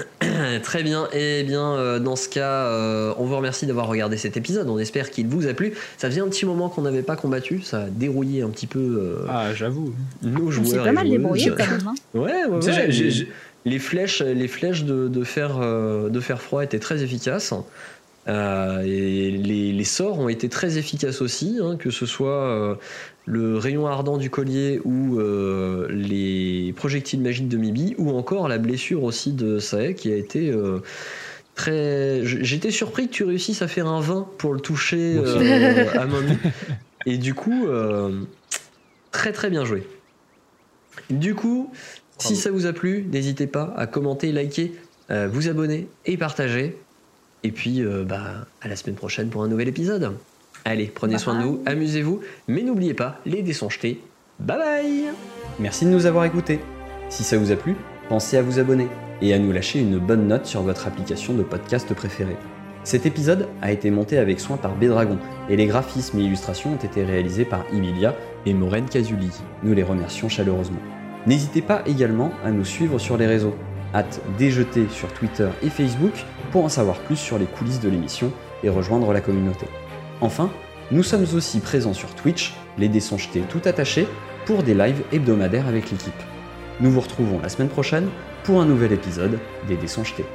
Speaker 1: Très bien, et bien euh, dans ce cas, euh, on vous remercie d'avoir regardé cet épisode, on espère qu'il vous a plu. Ça faisait un petit moment qu'on n'avait pas combattu, ça a dérouillé un petit peu euh,
Speaker 2: Ah, j'avoue.
Speaker 1: nos
Speaker 3: On
Speaker 1: joueurs.
Speaker 3: s'est pas
Speaker 1: et
Speaker 3: mal
Speaker 1: joueuses.
Speaker 3: débrouillé quand même. hein.
Speaker 1: Ouais, ouais,
Speaker 2: Tu sais,
Speaker 1: ouais,
Speaker 2: j'ai-
Speaker 1: mais-
Speaker 2: j'ai-
Speaker 1: Les flèches, les flèches de, de fer, euh, de fer froid étaient très efficaces. Euh, et les, les sorts ont été très efficaces aussi, hein, que ce soit euh, le rayon ardent du collier ou euh, les projectiles magiques de Mibi, ou encore la blessure aussi de Sae qui a été euh, très. J- J'étais surpris que tu réussisses à faire un 20 pour le toucher
Speaker 5: Moi aussi.
Speaker 1: euh, à Mommy. Et du coup, euh, très très bien joué. Du coup, si ça vous a plu, n'hésitez pas à commenter, liker, euh, vous abonner et partager. Et puis, euh, bah, à la semaine prochaine pour un nouvel épisode. Allez, prenez soin de vous, amusez-vous, mais n'oubliez pas, les dés sont jetés. Bye bye
Speaker 6: Merci de nous avoir écoutés.
Speaker 1: Si ça vous a plu, pensez à vous abonner et à nous lâcher une bonne note sur votre application de podcast préférée.
Speaker 6: Cet épisode a été monté avec soin par Bédragon et les graphismes et illustrations ont été réalisés par Emilia et Maureen Casuli. Nous les remercions chaleureusement. N'hésitez pas également à nous suivre sur les réseaux, hâte déjeter sur Twitter et Facebook pour en savoir plus sur les coulisses de l'émission et rejoindre la communauté. Enfin, nous sommes aussi présents sur Twitch, les dés sont jetés tout attachés, pour des lives hebdomadaires avec l'équipe. Nous vous retrouvons la semaine prochaine pour un nouvel épisode des dés sont jetés.